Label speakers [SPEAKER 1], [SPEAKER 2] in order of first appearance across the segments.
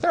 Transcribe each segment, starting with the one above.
[SPEAKER 1] there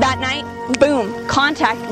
[SPEAKER 2] That night, boom, contact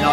[SPEAKER 3] Now,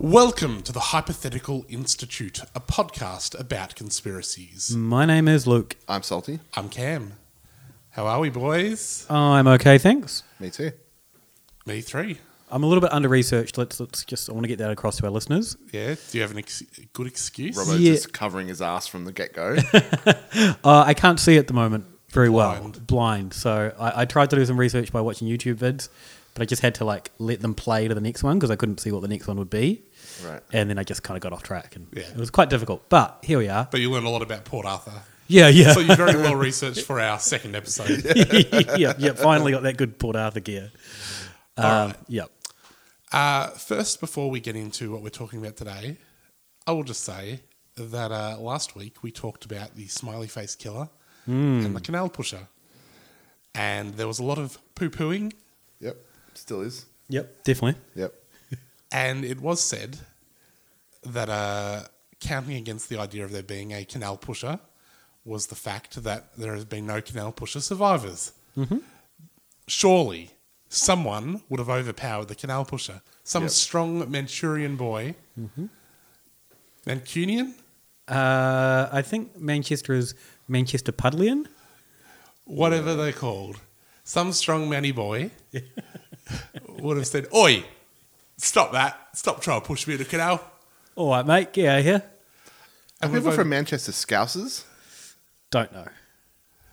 [SPEAKER 4] Welcome to the Hypothetical Institute, a podcast about conspiracies.
[SPEAKER 5] My name is Luke.
[SPEAKER 6] I'm Salty.
[SPEAKER 4] I'm Cam. How are we, boys?
[SPEAKER 5] I'm okay, thanks.
[SPEAKER 6] Me too.
[SPEAKER 4] Me three.
[SPEAKER 5] I'm a little bit under researched. Let's let's just I want to get that across to our listeners.
[SPEAKER 4] Yeah. Do you have an ex- good excuse?
[SPEAKER 6] Robo's
[SPEAKER 5] Yeah.
[SPEAKER 6] just covering his ass from the get go.
[SPEAKER 5] Uh, I can't see at the moment very well, blind. So I, I tried to do some research by watching YouTube vids, but I just had to like let them play to the next one because I couldn't see what the next one would be.
[SPEAKER 6] Right.
[SPEAKER 5] And then I just kind of got off track, and
[SPEAKER 4] Yeah.
[SPEAKER 5] it was quite difficult. But here we are.
[SPEAKER 4] But you learned a lot about Port Arthur.
[SPEAKER 5] Yeah, yeah.
[SPEAKER 4] So you very well researched for our second episode.
[SPEAKER 5] yeah, yeah. Finally got that good Port Arthur gear. Um, Yep.
[SPEAKER 4] Uh, first, before we get into what we're talking about today, I will just say that uh, last week we talked about the smiley face killer
[SPEAKER 5] Hmm.
[SPEAKER 4] and the canal pusher. And there was a lot of poo pooing,
[SPEAKER 6] yep. Still is.
[SPEAKER 5] Yep. Definitely.
[SPEAKER 6] Yep.
[SPEAKER 4] and it was said that uh, counting against the idea of there being a canal pusher was the fact that there has been no canal pusher survivors. Surely someone would have overpowered the canal pusher. Some
[SPEAKER 6] Yep.
[SPEAKER 4] strong Manchurian boy. Mancunian?
[SPEAKER 5] Uh, I think Manchester is Manchester Pudlian.
[SPEAKER 4] Whatever they're called. Some strong manny boy would have said, Oi, stop that. Stop trying to push me in the canal.
[SPEAKER 5] All right, mate. Get out of here.
[SPEAKER 6] Are
[SPEAKER 4] And
[SPEAKER 6] people
[SPEAKER 4] we've
[SPEAKER 6] from Manchester Scousers?
[SPEAKER 5] Don't know.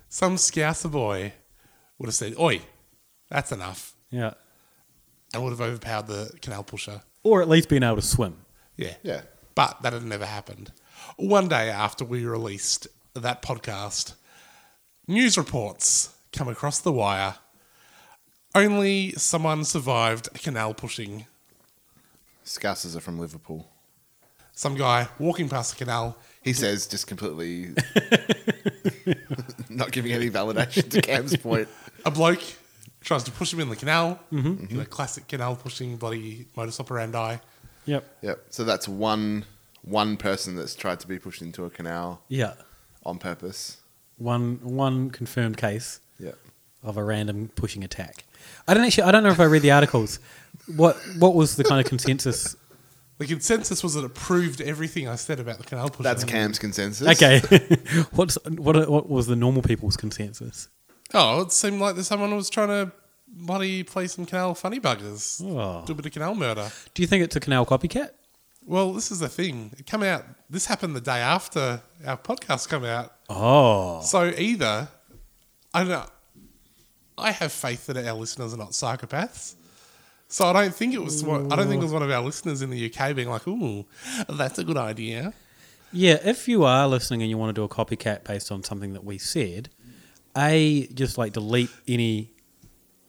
[SPEAKER 4] some scouser boy would have said, Oi, that's enough.
[SPEAKER 5] Yeah.
[SPEAKER 4] And would have overpowered the canal pusher.
[SPEAKER 5] Or at least being able to swim.
[SPEAKER 4] Yeah.
[SPEAKER 6] Yeah.
[SPEAKER 4] But that had never happened. One day after we released that podcast, news reports come across the wire. Only someone survived a canal pushing.
[SPEAKER 6] Scousers are from Liverpool.
[SPEAKER 4] Some guy walking past the canal.
[SPEAKER 6] He says just completely not giving any validation to Cam's point.
[SPEAKER 4] A bloke tries to push him in the canal. Mm-hmm. You know, classic canal pushing, bloody modus operandi.
[SPEAKER 5] Yep.
[SPEAKER 6] Yep. So that's one one person that's tried to be pushed into a canal
[SPEAKER 5] Yeah.
[SPEAKER 6] on purpose.
[SPEAKER 5] One one confirmed case
[SPEAKER 6] Yep.
[SPEAKER 5] of a random pushing attack. I don't actually. I don't know if I read the articles. What what was the kind of consensus?
[SPEAKER 4] The consensus was that it proved everything I said about the canal pushing.
[SPEAKER 6] That's Cam's consensus.
[SPEAKER 5] Okay. What's what what was the normal people's consensus?
[SPEAKER 4] Oh, it seemed like that someone was trying to bloody play some canal funny buggers.
[SPEAKER 5] Oh.
[SPEAKER 4] Do a bit of canal murder.
[SPEAKER 5] Do you think it's a canal copycat?
[SPEAKER 4] Well, this is the thing. It come out. This happened the day after our podcast come out.
[SPEAKER 5] Oh.
[SPEAKER 4] So either I don't know. I have faith that our listeners are not psychopaths. So I don't think it was. One, I don't think it was one of our listeners in the UK being like, "Ooh, that's a good idea."
[SPEAKER 5] Yeah. If you are listening and you want to do a copycat based on something that we said, a just like delete any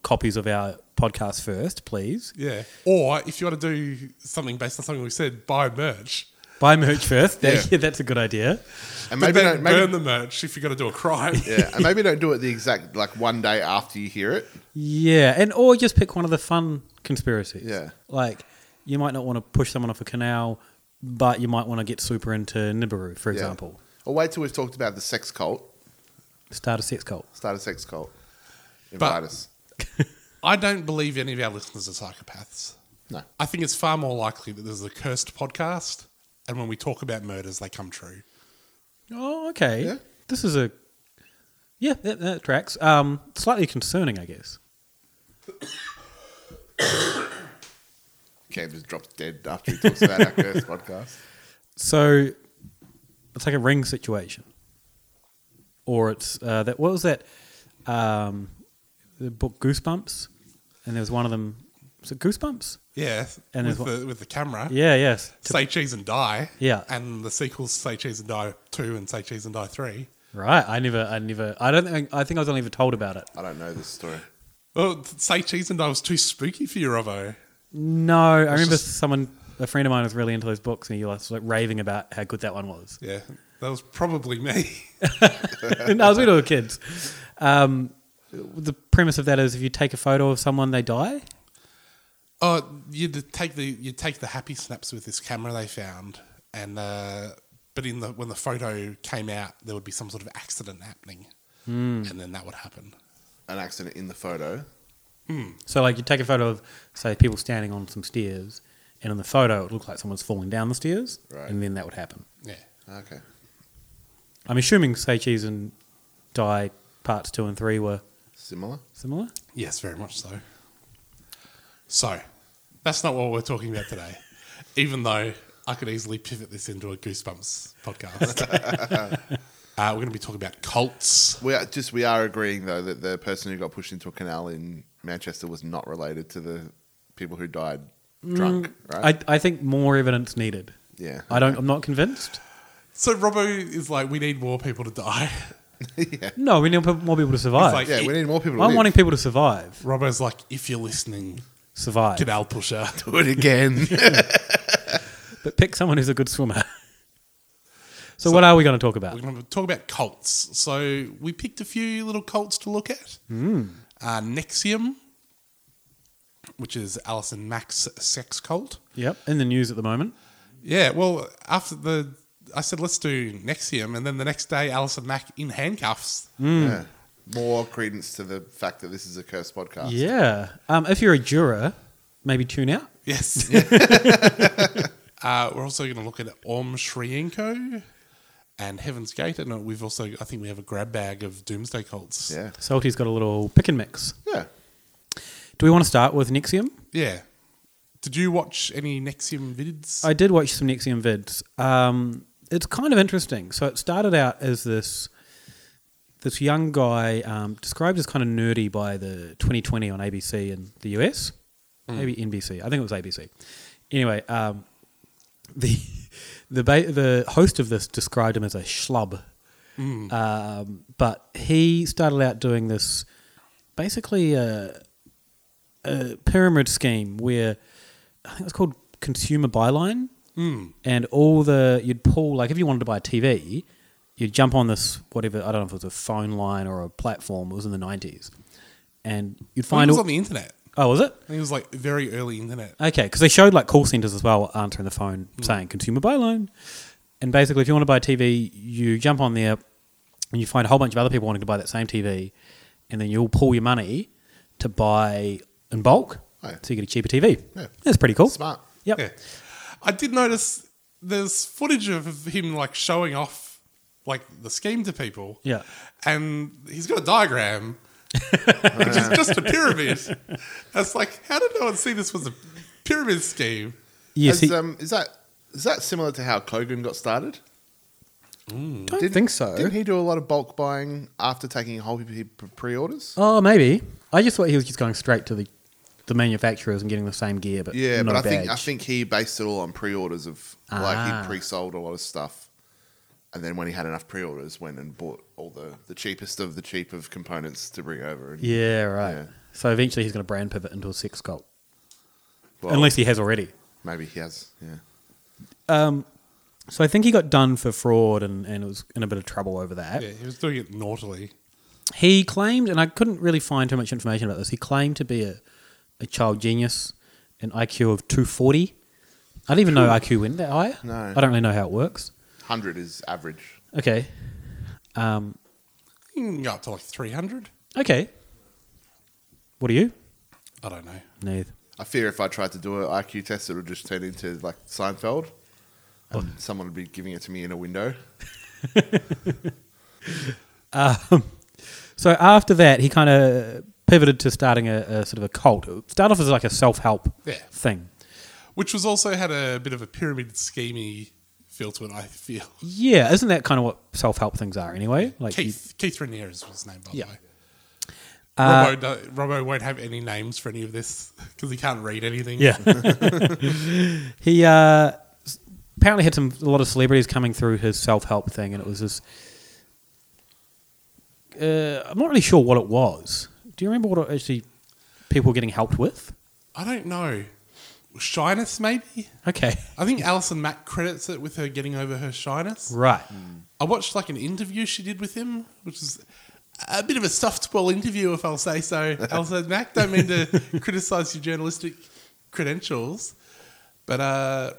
[SPEAKER 5] copies of our podcast first, please.
[SPEAKER 4] Yeah. Or if you want to do something based on something we said, buy merch.
[SPEAKER 5] Buy merch first. That-
[SPEAKER 6] Yeah.
[SPEAKER 5] yeah, that's a good idea.
[SPEAKER 6] And
[SPEAKER 4] But
[SPEAKER 6] maybe
[SPEAKER 4] then
[SPEAKER 6] don't, maybe,
[SPEAKER 4] burn the merch if you're going to do a crime.
[SPEAKER 6] yeah, and maybe don't do it the exact like one day after you hear it.
[SPEAKER 5] Yeah, and or just pick one of the fun conspiracies.
[SPEAKER 6] Yeah.
[SPEAKER 5] like you might not want to push someone off a canal, but you might want to get super into Nibiru, for
[SPEAKER 6] Yeah.
[SPEAKER 5] example.
[SPEAKER 6] Or wait till we've talked about the sex cult
[SPEAKER 5] Start a sex cult.
[SPEAKER 6] Start a sex cult. Invite
[SPEAKER 4] But-
[SPEAKER 6] us.
[SPEAKER 4] I don't believe any of our listeners are psychopaths.
[SPEAKER 6] No.
[SPEAKER 4] I think it's far more likely that there's a cursed podcast, and when we talk about murders, they come true.
[SPEAKER 5] Oh, okay. This is a yeah that, that tracks. Um, slightly concerning, I guess.
[SPEAKER 6] Cam just drops dead after he talks about our cursed podcast.
[SPEAKER 5] So it's like a ring situation, or it's uh, that. What was that? Um, the book Goosebumps, and there was one of them. Was it Goosebumps?
[SPEAKER 4] Yeah,
[SPEAKER 5] And there's
[SPEAKER 4] with
[SPEAKER 5] one-
[SPEAKER 4] the with the camera.
[SPEAKER 5] Yeah, yes.
[SPEAKER 4] Say cheese and die.
[SPEAKER 5] Yeah.
[SPEAKER 4] and the sequels say cheese and die two and say cheese and die three.
[SPEAKER 5] Right. I never. I never. I don't think. I think I was only ever told about it.
[SPEAKER 6] I don't know this story.
[SPEAKER 4] Oh, say cheese and die was too spooky for you, Robbo.
[SPEAKER 5] No, I
[SPEAKER 4] It's
[SPEAKER 5] remember
[SPEAKER 4] just-
[SPEAKER 5] someone, a friend of mine, was really into those books, and he was like raving about how good that one was.
[SPEAKER 4] Yeah, that was probably me.
[SPEAKER 5] and I was with all the kids. Um, the premise of that is if you take a photo of someone, they die.
[SPEAKER 4] Oh, you'd take the you'd take the happy snaps with this camera they found, and uh, but in the when the photo came out, there would be some sort of accident happening,
[SPEAKER 5] Hmm.
[SPEAKER 4] and then that would happen.
[SPEAKER 6] An accident in the photo.
[SPEAKER 5] So, like, you take a photo of, say, people standing on some stairs, and in the photo, it looked like someone's falling down the stairs,
[SPEAKER 6] Right.
[SPEAKER 5] and then that would happen.
[SPEAKER 4] Yeah.
[SPEAKER 6] Okay.
[SPEAKER 5] I'm assuming Say Cheese and Die parts two and three were
[SPEAKER 6] Similar.
[SPEAKER 5] similar.
[SPEAKER 4] Yes, very much so. So, that's not what we're talking about today, even though I could easily pivot this into a Goosebumps podcast. uh, we're going to be talking about cults.
[SPEAKER 6] We are just we are agreeing though that the person who got pushed into a canal in Manchester was not related to the people who died drunk,
[SPEAKER 5] Mm,
[SPEAKER 6] right?
[SPEAKER 5] I, I think more evidence needed.
[SPEAKER 6] Yeah.
[SPEAKER 5] I don't. I'm not convinced.
[SPEAKER 4] So, Robbo is like, we need more people to die. yeah.
[SPEAKER 5] No, we need pe- more people to survive.
[SPEAKER 4] like- Yeah, we need more people to
[SPEAKER 5] I'm
[SPEAKER 4] live.
[SPEAKER 5] wanting people to survive.
[SPEAKER 4] Robbo's like, if you're listening,
[SPEAKER 5] Survive.
[SPEAKER 4] canal pusher.
[SPEAKER 6] Do it again.
[SPEAKER 5] but pick someone who's a good swimmer. so, what are we going to talk about?
[SPEAKER 4] We're going to talk about cults. So, we picked a few little cults to look at.
[SPEAKER 5] Mm.
[SPEAKER 4] uh, Nexium, which is Alison Mack's sex cult.
[SPEAKER 5] Yep, in the news at the moment.
[SPEAKER 4] Yeah, well, after the, I said let's do Nexium, and then the next day, Alison Mack in handcuffs.
[SPEAKER 6] Yeah. More credence to the fact that this is a cursed podcast.
[SPEAKER 5] Yeah. Um, if you're a juror, maybe tune out.
[SPEAKER 4] Yes. uh, we're also going to look at Om Sri Inko and Heaven's Gate, and we've also, I think, we have a grab bag of Doomsday cults.
[SPEAKER 6] Yeah.
[SPEAKER 5] Salty's got a little pick and mix.
[SPEAKER 6] Yeah.
[SPEAKER 5] Do we want to start with Nexium?
[SPEAKER 4] Yeah. Did you watch any Nexium vids?
[SPEAKER 5] I did watch some Nexium vids. Um, it's kind of interesting. So it started out as this this young guy um, described as kind of nerdy by the 2020 on ABC in the US,
[SPEAKER 6] Hmm.
[SPEAKER 7] Mm.
[SPEAKER 5] maybe NBC. I think it was ABC. Anyway, um, the the ba- the host of this described him as a schlub.
[SPEAKER 7] Mm.
[SPEAKER 5] Um, but he started out doing this basically a, a pyramid scheme where I think it was called consumer byline.
[SPEAKER 4] Mm.
[SPEAKER 5] And all the, you'd pull, like if you wanted to buy a TV, you'd jump on this, whatever, I don't know if it was a phone line or a platform, it was in the 90s. And you'd
[SPEAKER 4] I think
[SPEAKER 5] find
[SPEAKER 4] it was
[SPEAKER 5] all-
[SPEAKER 4] on the internet.
[SPEAKER 5] Oh, was it?
[SPEAKER 4] I think it was like very early internet.
[SPEAKER 5] Okay, because they showed like call centers as well answering the phone saying consumer buy loan. And basically, if you want to buy a TV, you jump on there and you find a whole bunch of other people wanting to buy that same TV, and then you'll pull your money to buy in bulk so you get a cheaper TV.
[SPEAKER 4] Yeah.
[SPEAKER 5] That's pretty cool.
[SPEAKER 6] Smart.
[SPEAKER 5] Yep.
[SPEAKER 4] Yeah. I did notice there's footage of him like showing off like the scheme to people.
[SPEAKER 5] Yeah.
[SPEAKER 4] And he's got a diagram, which is just a pyramid. That's like, how did no one see this was a pyramid scheme?
[SPEAKER 5] Yes,
[SPEAKER 6] Has,
[SPEAKER 5] he-
[SPEAKER 6] um, is that is that similar to how Kogan got started?
[SPEAKER 5] Don't think so.
[SPEAKER 6] Didn't he do a lot of bulk buying after taking a whole heap of pre-orders?
[SPEAKER 5] Oh, maybe. I just thought he was just going straight to the, the manufacturers and getting the same gear, but
[SPEAKER 6] yeah,
[SPEAKER 5] not
[SPEAKER 6] but I
[SPEAKER 5] a badge.
[SPEAKER 6] think I think he based it all on pre-orders of like
[SPEAKER 5] Ah.
[SPEAKER 6] he pre-sold a lot of stuff, and then when he had enough pre-orders, went and bought all the the cheapest of the cheap of components to bring over. And,
[SPEAKER 5] Yeah, right.
[SPEAKER 6] Yeah.
[SPEAKER 5] So eventually he's going to brand pivot into a sex cult.
[SPEAKER 6] Well-
[SPEAKER 5] Unless he has already.
[SPEAKER 6] Maybe he has. Yeah.
[SPEAKER 5] Um, so I think he got done for fraud and, and was in a bit of trouble over that.
[SPEAKER 4] Yeah, he was doing it naughtily.
[SPEAKER 5] He claimed, and I couldn't really find too much information about this, he claimed to be a, a child genius, an IQ of 240. I don't even know IQ went that high.
[SPEAKER 6] No.
[SPEAKER 5] I don't really know how it works.
[SPEAKER 6] Hundred is average.
[SPEAKER 5] Okay. Um,
[SPEAKER 4] You can go up to like 300.
[SPEAKER 8] Okay. What are you?
[SPEAKER 4] I don't know.
[SPEAKER 8] Neither.
[SPEAKER 5] I fear if I tried to do an IQ test, it would just turn into like Seinfeld. And someone would be giving it to me in a window.
[SPEAKER 8] Um, so after that, he kind of pivoted to starting a, a sort of a cult. It started off as like a self help
[SPEAKER 4] Yeah.
[SPEAKER 8] thing.
[SPEAKER 4] Which was also had a bit of a pyramid schemey feel to it, I feel.
[SPEAKER 8] Yeah, isn't that kind of what self help things are anyway? Like, you-
[SPEAKER 4] Keith, Keith Raniere is his name, by the way.
[SPEAKER 8] Uh,
[SPEAKER 4] Robbo, do- Robbo won't have any names for any of this because he can't read anything.
[SPEAKER 8] yeah. he uh, s- apparently had some a lot of celebrities coming through his self help thing, and it was this. Uh, I'm not really sure what it was. Do you remember what it actually people were getting helped with?
[SPEAKER 4] I don't know. Shyness, maybe?
[SPEAKER 8] Okay.
[SPEAKER 4] I think Alison Mack credits it with her getting over her shyness.
[SPEAKER 8] Right.
[SPEAKER 4] I watched like an interview she did with him, which is a bit of a softball interview, if I'll say so. Alison Mack, don't mean to criticise your journalistic credentials, but uh,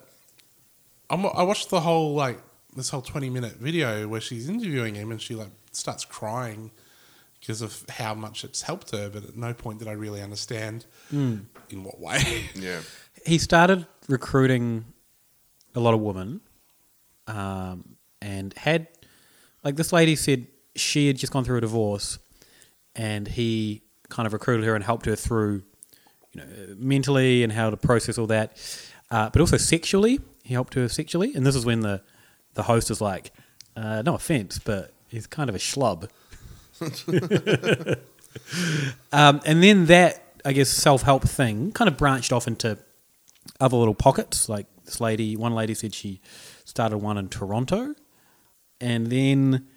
[SPEAKER 4] I'm, I watched the whole like this whole 20 minute video where she's interviewing him and she like starts crying because of how much it's helped her, but at no point did I really understand
[SPEAKER 8] Mm.
[SPEAKER 4] in what way.
[SPEAKER 5] Yeah.
[SPEAKER 8] he started recruiting a lot of women um, and had like this lady said she had just gone through a divorce and he kind of recruited her and helped her through you know mentally and how to process all that uh, but also sexually he helped her sexually and this is when the the host is like uh, no offense but he's kind of a schlub um, and then that, I guess, self help thing kind of branched off into other little pockets. Like this lady, one lady said she started one in Toronto. And then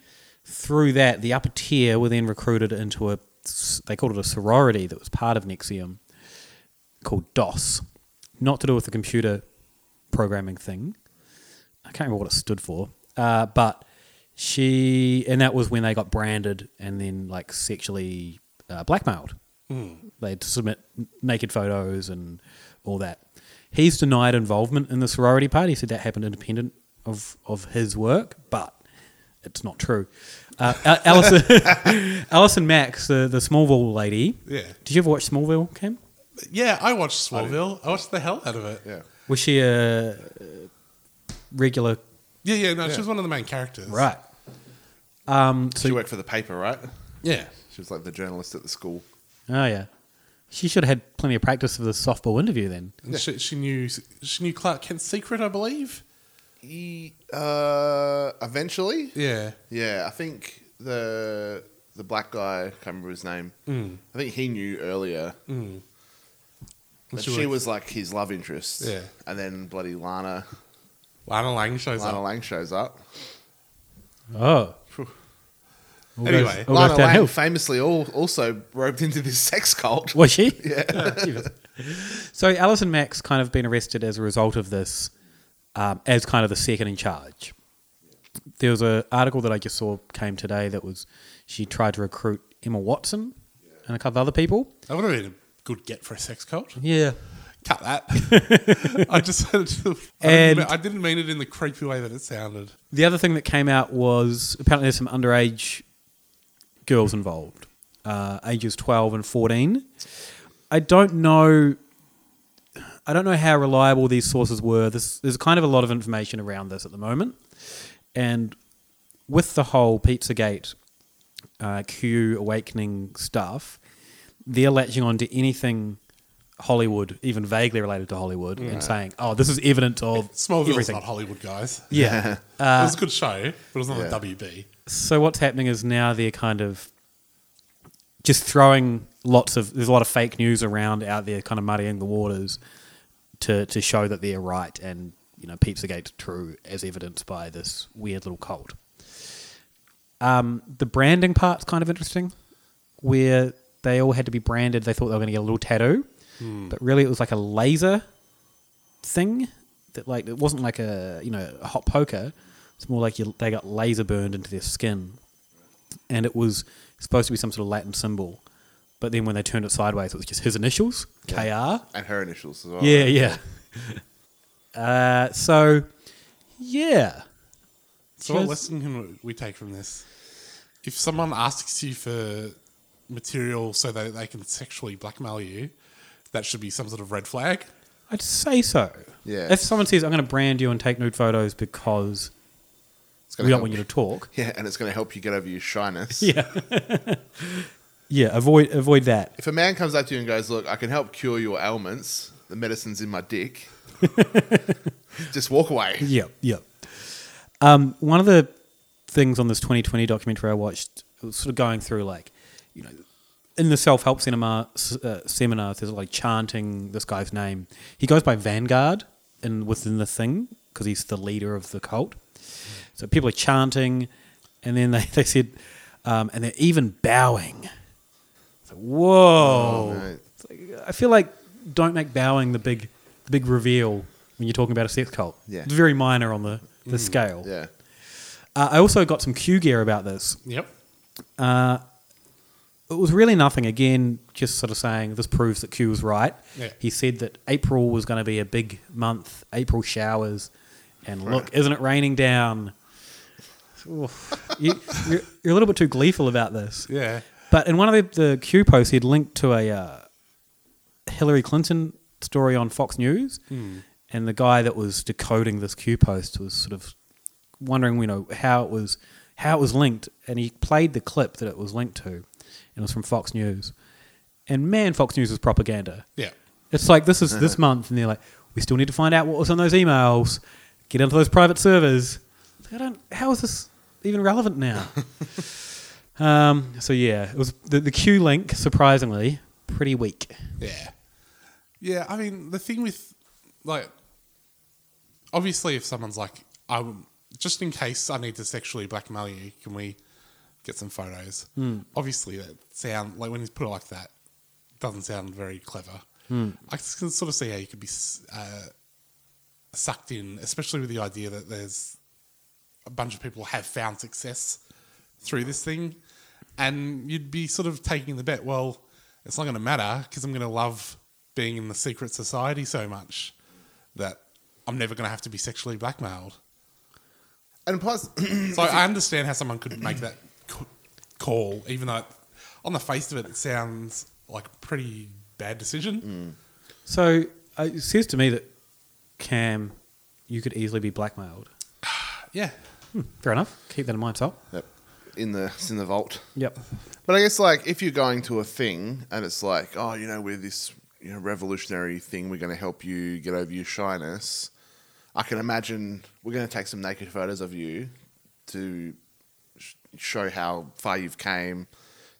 [SPEAKER 8] through that, the upper tier were then recruited into a, they called it a sorority that was part of Nexium called DOS. Not to do with the computer programming thing. I can't remember what it stood for. Uh, but she, and that was when they got branded and then like sexually uh, blackmailed.
[SPEAKER 4] Hmm.
[SPEAKER 8] They'd submit n- naked photos and all that. He's denied involvement in the sorority party. He said that happened independent of, of his work, but it's not true. Uh, Al- Alison, Alison Max, the, the Smallville lady.
[SPEAKER 4] Yeah.
[SPEAKER 8] Did you ever watch Smallville, Cam?
[SPEAKER 4] Yeah, I watched Smallville. I, watched the hell out of it.
[SPEAKER 5] Yeah.
[SPEAKER 8] Was she a uh, regular?
[SPEAKER 4] Yeah, yeah, no,
[SPEAKER 5] Yeah.
[SPEAKER 4] she was one of the main characters.
[SPEAKER 8] Right. Um, so
[SPEAKER 5] she worked for the paper, right?
[SPEAKER 4] Yeah.
[SPEAKER 5] She was like the journalist at the school.
[SPEAKER 8] Oh yeah, she should have had plenty of practice for the softball interview then.
[SPEAKER 4] And she, she knew she knew Clark Kent's secret, I believe.
[SPEAKER 5] Uh, eventually.
[SPEAKER 4] Yeah.
[SPEAKER 5] Yeah, I think the the black guy, I can't remember his name.
[SPEAKER 4] Mm.
[SPEAKER 5] I think he knew earlier.
[SPEAKER 4] Mm.
[SPEAKER 5] But
[SPEAKER 4] She
[SPEAKER 5] she
[SPEAKER 4] was-
[SPEAKER 5] was like his love interest.
[SPEAKER 4] Yeah.
[SPEAKER 5] And then bloody Lana
[SPEAKER 4] Lana Lang shows
[SPEAKER 5] Lana
[SPEAKER 4] up.
[SPEAKER 5] Lang shows up.
[SPEAKER 8] Oh. All goes-
[SPEAKER 5] anyway,
[SPEAKER 8] all goes
[SPEAKER 5] Lana
[SPEAKER 8] downhill.
[SPEAKER 5] Lang famously all, also roped into this sex cult.
[SPEAKER 8] Was she?
[SPEAKER 5] Yeah.
[SPEAKER 8] so Alison Mack's kind of been arrested as a result of this, um, as kind of the second in charge. There was an article that I just saw came today that was she tried to recruit Emma Watson and a couple of other people.
[SPEAKER 4] That would have been a good get for a sex cult.
[SPEAKER 8] Yeah.
[SPEAKER 4] Cut that. I just wanted to- I
[SPEAKER 8] And-
[SPEAKER 4] didn't- I didn't mean it in the creepy way that it sounded.
[SPEAKER 8] The other thing that came out was apparently there's some underage girls involved, uh, ages 12 and 14. I don't know. I don't know how reliable these sources were. This, there's kind of a lot of information around this at the moment, and with the whole Pizzagate uh, Q awakening stuff, they're latching on to anything Hollywood, even vaguely related to Hollywood,
[SPEAKER 4] Right.
[SPEAKER 8] and saying, "Oh, this is evidence of
[SPEAKER 4] Smallville's
[SPEAKER 8] everything."
[SPEAKER 4] not Hollywood, guys.
[SPEAKER 8] Yeah. Uh,
[SPEAKER 4] it was a good show, but it was not
[SPEAKER 8] Yeah.
[SPEAKER 4] a WB.
[SPEAKER 8] So what's happening is now they're kind of just throwing lots of there's a lot of fake news around out there, kind of muddying the waters to to show that they're right and you know Peepsagate's true, as evidenced by this weird little cult. Um, the branding part's kind of interesting, where they all had to be branded. They thought they were going to get a little tattoo,
[SPEAKER 9] Hmm.
[SPEAKER 8] but really it was like a laser thing that like it wasn't like a you know a hot poker. It's more like you, they got laser burned into their skin, and it was supposed to be some sort of Latin symbol. But then when they turned it sideways, it was just his initials, KR.
[SPEAKER 5] And her initials as well.
[SPEAKER 8] Yeah, yeah. uh, so, yeah.
[SPEAKER 4] So, what
[SPEAKER 8] Just-
[SPEAKER 4] lesson can we take from this? if someone asks you for material so that they can sexually blackmail you, that should be some sort of red flag.
[SPEAKER 8] I'd say so.
[SPEAKER 4] Yeah.
[SPEAKER 8] If someone says, I'm going to brand you and take nude photos because we
[SPEAKER 5] gonna
[SPEAKER 8] don't
[SPEAKER 5] help
[SPEAKER 8] want you to talk.
[SPEAKER 5] Yeah, and it's going to help you get over your shyness.
[SPEAKER 8] Yeah. yeah, avoid avoid that.
[SPEAKER 5] If a man comes up to you and goes, "Look, I can help cure your ailments. The medicine's in my dick." Just walk away.
[SPEAKER 8] Yep, yep. Um, one of the things on this 2020 documentary I watched, it was sort of going through like, you know, in the self help cinema s- uh, seminars, there's like chanting this guy's name. He goes by Vanguard in within the thing because he's the leader of the cult. So people are chanting, and then they they said, um, and they're even bowing. It's like, whoa!
[SPEAKER 5] Oh, mate.
[SPEAKER 8] It's like, I feel like don't make bowing the big the big reveal when you're talking about a sex cult.
[SPEAKER 5] Yeah.
[SPEAKER 8] It's very minor on the, the
[SPEAKER 5] Mm.
[SPEAKER 8] scale.
[SPEAKER 5] Yeah.
[SPEAKER 8] Uh, I also got some Q gear about this.
[SPEAKER 4] Yep.
[SPEAKER 8] Uh, it was really nothing. Again, just sort of saying this proves that Q was right.
[SPEAKER 4] Yeah.
[SPEAKER 8] He said that April was going to be a big month, April showers, and look, isn't it raining down? Oof. you, you're, you're a little bit too gleeful about this.
[SPEAKER 4] Yeah.
[SPEAKER 8] But in one of the, the Q posts, he'd linked to a uh, Hillary Clinton story on Fox News,
[SPEAKER 4] Hmm.
[SPEAKER 8] and the guy that was decoding this Q post was sort of wondering, you know, how it was how it was linked, and he played the clip that it was linked to, and it was from Fox News, and man, Fox News is propaganda.
[SPEAKER 4] Yeah.
[SPEAKER 8] it's like this is this month, and they're like, we still need to find out what was on those emails, get into those private servers. I don't. How is this even relevant now? um, so yeah, it was the, the Q link surprisingly pretty weak.
[SPEAKER 4] Yeah. Yeah, I mean, the thing with, like, obviously, if someone's like, I w- just in case I need to sexually blackmail you, can we get some photos?
[SPEAKER 8] Hmm.
[SPEAKER 4] Obviously, that sound like when you put it like that, doesn't sound very clever.
[SPEAKER 8] Hmm.
[SPEAKER 4] I just can sort of see how you could be s- uh, sucked in, especially with the idea that there's a bunch of people have found success through this thing, and you'd be sort of taking the bet. Well, it's not going to matter because I'm going to love being in the secret society so much that I'm never going to have to be sexually blackmailed.
[SPEAKER 5] And plus,
[SPEAKER 4] so I understand how someone could make that c- call, even though it- on the face of it, it sounds like a pretty bad decision.
[SPEAKER 8] Mm, So uh, it says to me that Cam, you could easily be blackmailed.
[SPEAKER 4] Yeah.
[SPEAKER 8] Hmm, fair enough. Keep that in mind, Sal.
[SPEAKER 5] Yep. In the it's in the vault.
[SPEAKER 8] Yep.
[SPEAKER 5] But I guess like if you're going to a thing and it's like, oh, you know, we're this you know revolutionary thing, we're going to help you get over your shyness. I can imagine we're going to take some naked photos of you to sh- show how far you've came,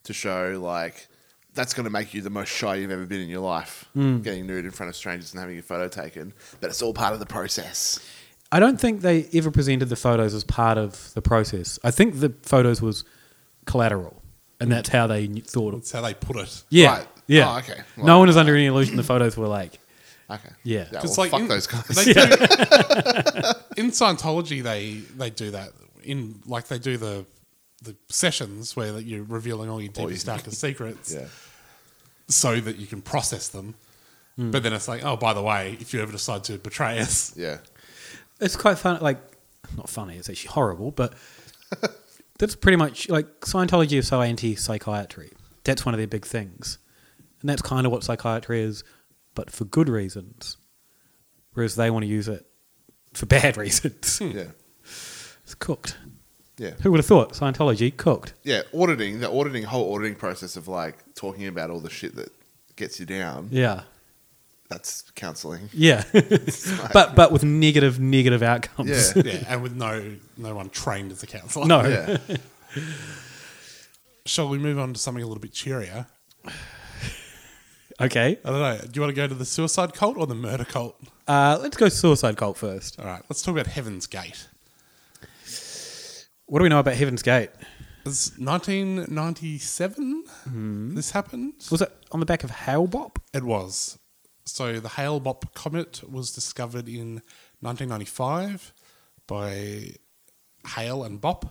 [SPEAKER 5] to show like that's going to make you the most shy you've ever been in your life,
[SPEAKER 8] Mm.
[SPEAKER 5] getting nude in front of strangers and having your photo taken. But it's all part of the process.
[SPEAKER 8] I don't think they ever presented the photos as part of the process. I think the photos was collateral, and that's how they knew- thought.
[SPEAKER 4] That's how they put it.
[SPEAKER 8] Yeah.
[SPEAKER 4] Right.
[SPEAKER 8] Yeah.
[SPEAKER 4] Oh, okay.
[SPEAKER 8] no
[SPEAKER 4] Well-
[SPEAKER 8] one is under any illusion. The photos were like.
[SPEAKER 5] Okay.
[SPEAKER 8] Yeah.
[SPEAKER 4] Because in-
[SPEAKER 8] Yeah.
[SPEAKER 4] they do- in Scientology, they they do that in like they do the the sessions where that you're revealing all your deepest darkest secrets,
[SPEAKER 5] Yeah.
[SPEAKER 4] so that you can process them.
[SPEAKER 8] Mm.
[SPEAKER 4] But then it's like, oh, by the way, if you ever decide to betray us,
[SPEAKER 5] yeah,
[SPEAKER 8] It's quite fun. Like, not funny. It's actually horrible, but that's pretty much like Scientology is so anti-psychiatry. That's one of their big things, and that's kind of what psychiatry is, but for good reasons. Whereas they want to use it for bad reasons.
[SPEAKER 5] Yeah,
[SPEAKER 8] it's cooked.
[SPEAKER 5] Yeah.
[SPEAKER 8] Who would have thought Scientology cooked?
[SPEAKER 5] Yeah, auditing the auditing whole auditing process of like talking about all the shit that gets you down.
[SPEAKER 8] Yeah.
[SPEAKER 5] that's counselling.
[SPEAKER 8] Yeah,
[SPEAKER 5] It's like-
[SPEAKER 8] but but with negative negative outcomes.
[SPEAKER 4] yeah, and with no no one trained as a counselor,
[SPEAKER 8] No. Yeah.
[SPEAKER 4] Shall we move on to something a little bit cheerier?
[SPEAKER 8] okay.
[SPEAKER 4] I don't know. Do you want to go to the suicide cult or the murder cult?
[SPEAKER 8] Uh, let's go suicide cult first.
[SPEAKER 4] All right, let's talk about Heaven's Gate.
[SPEAKER 8] What do we know about Heaven's Gate?
[SPEAKER 4] It's 1997. This happened.
[SPEAKER 8] Was it on the back of Hale-Bopp?
[SPEAKER 4] It was. So the Hale-Bopp comet was discovered in 1995 by Hale and Bopp.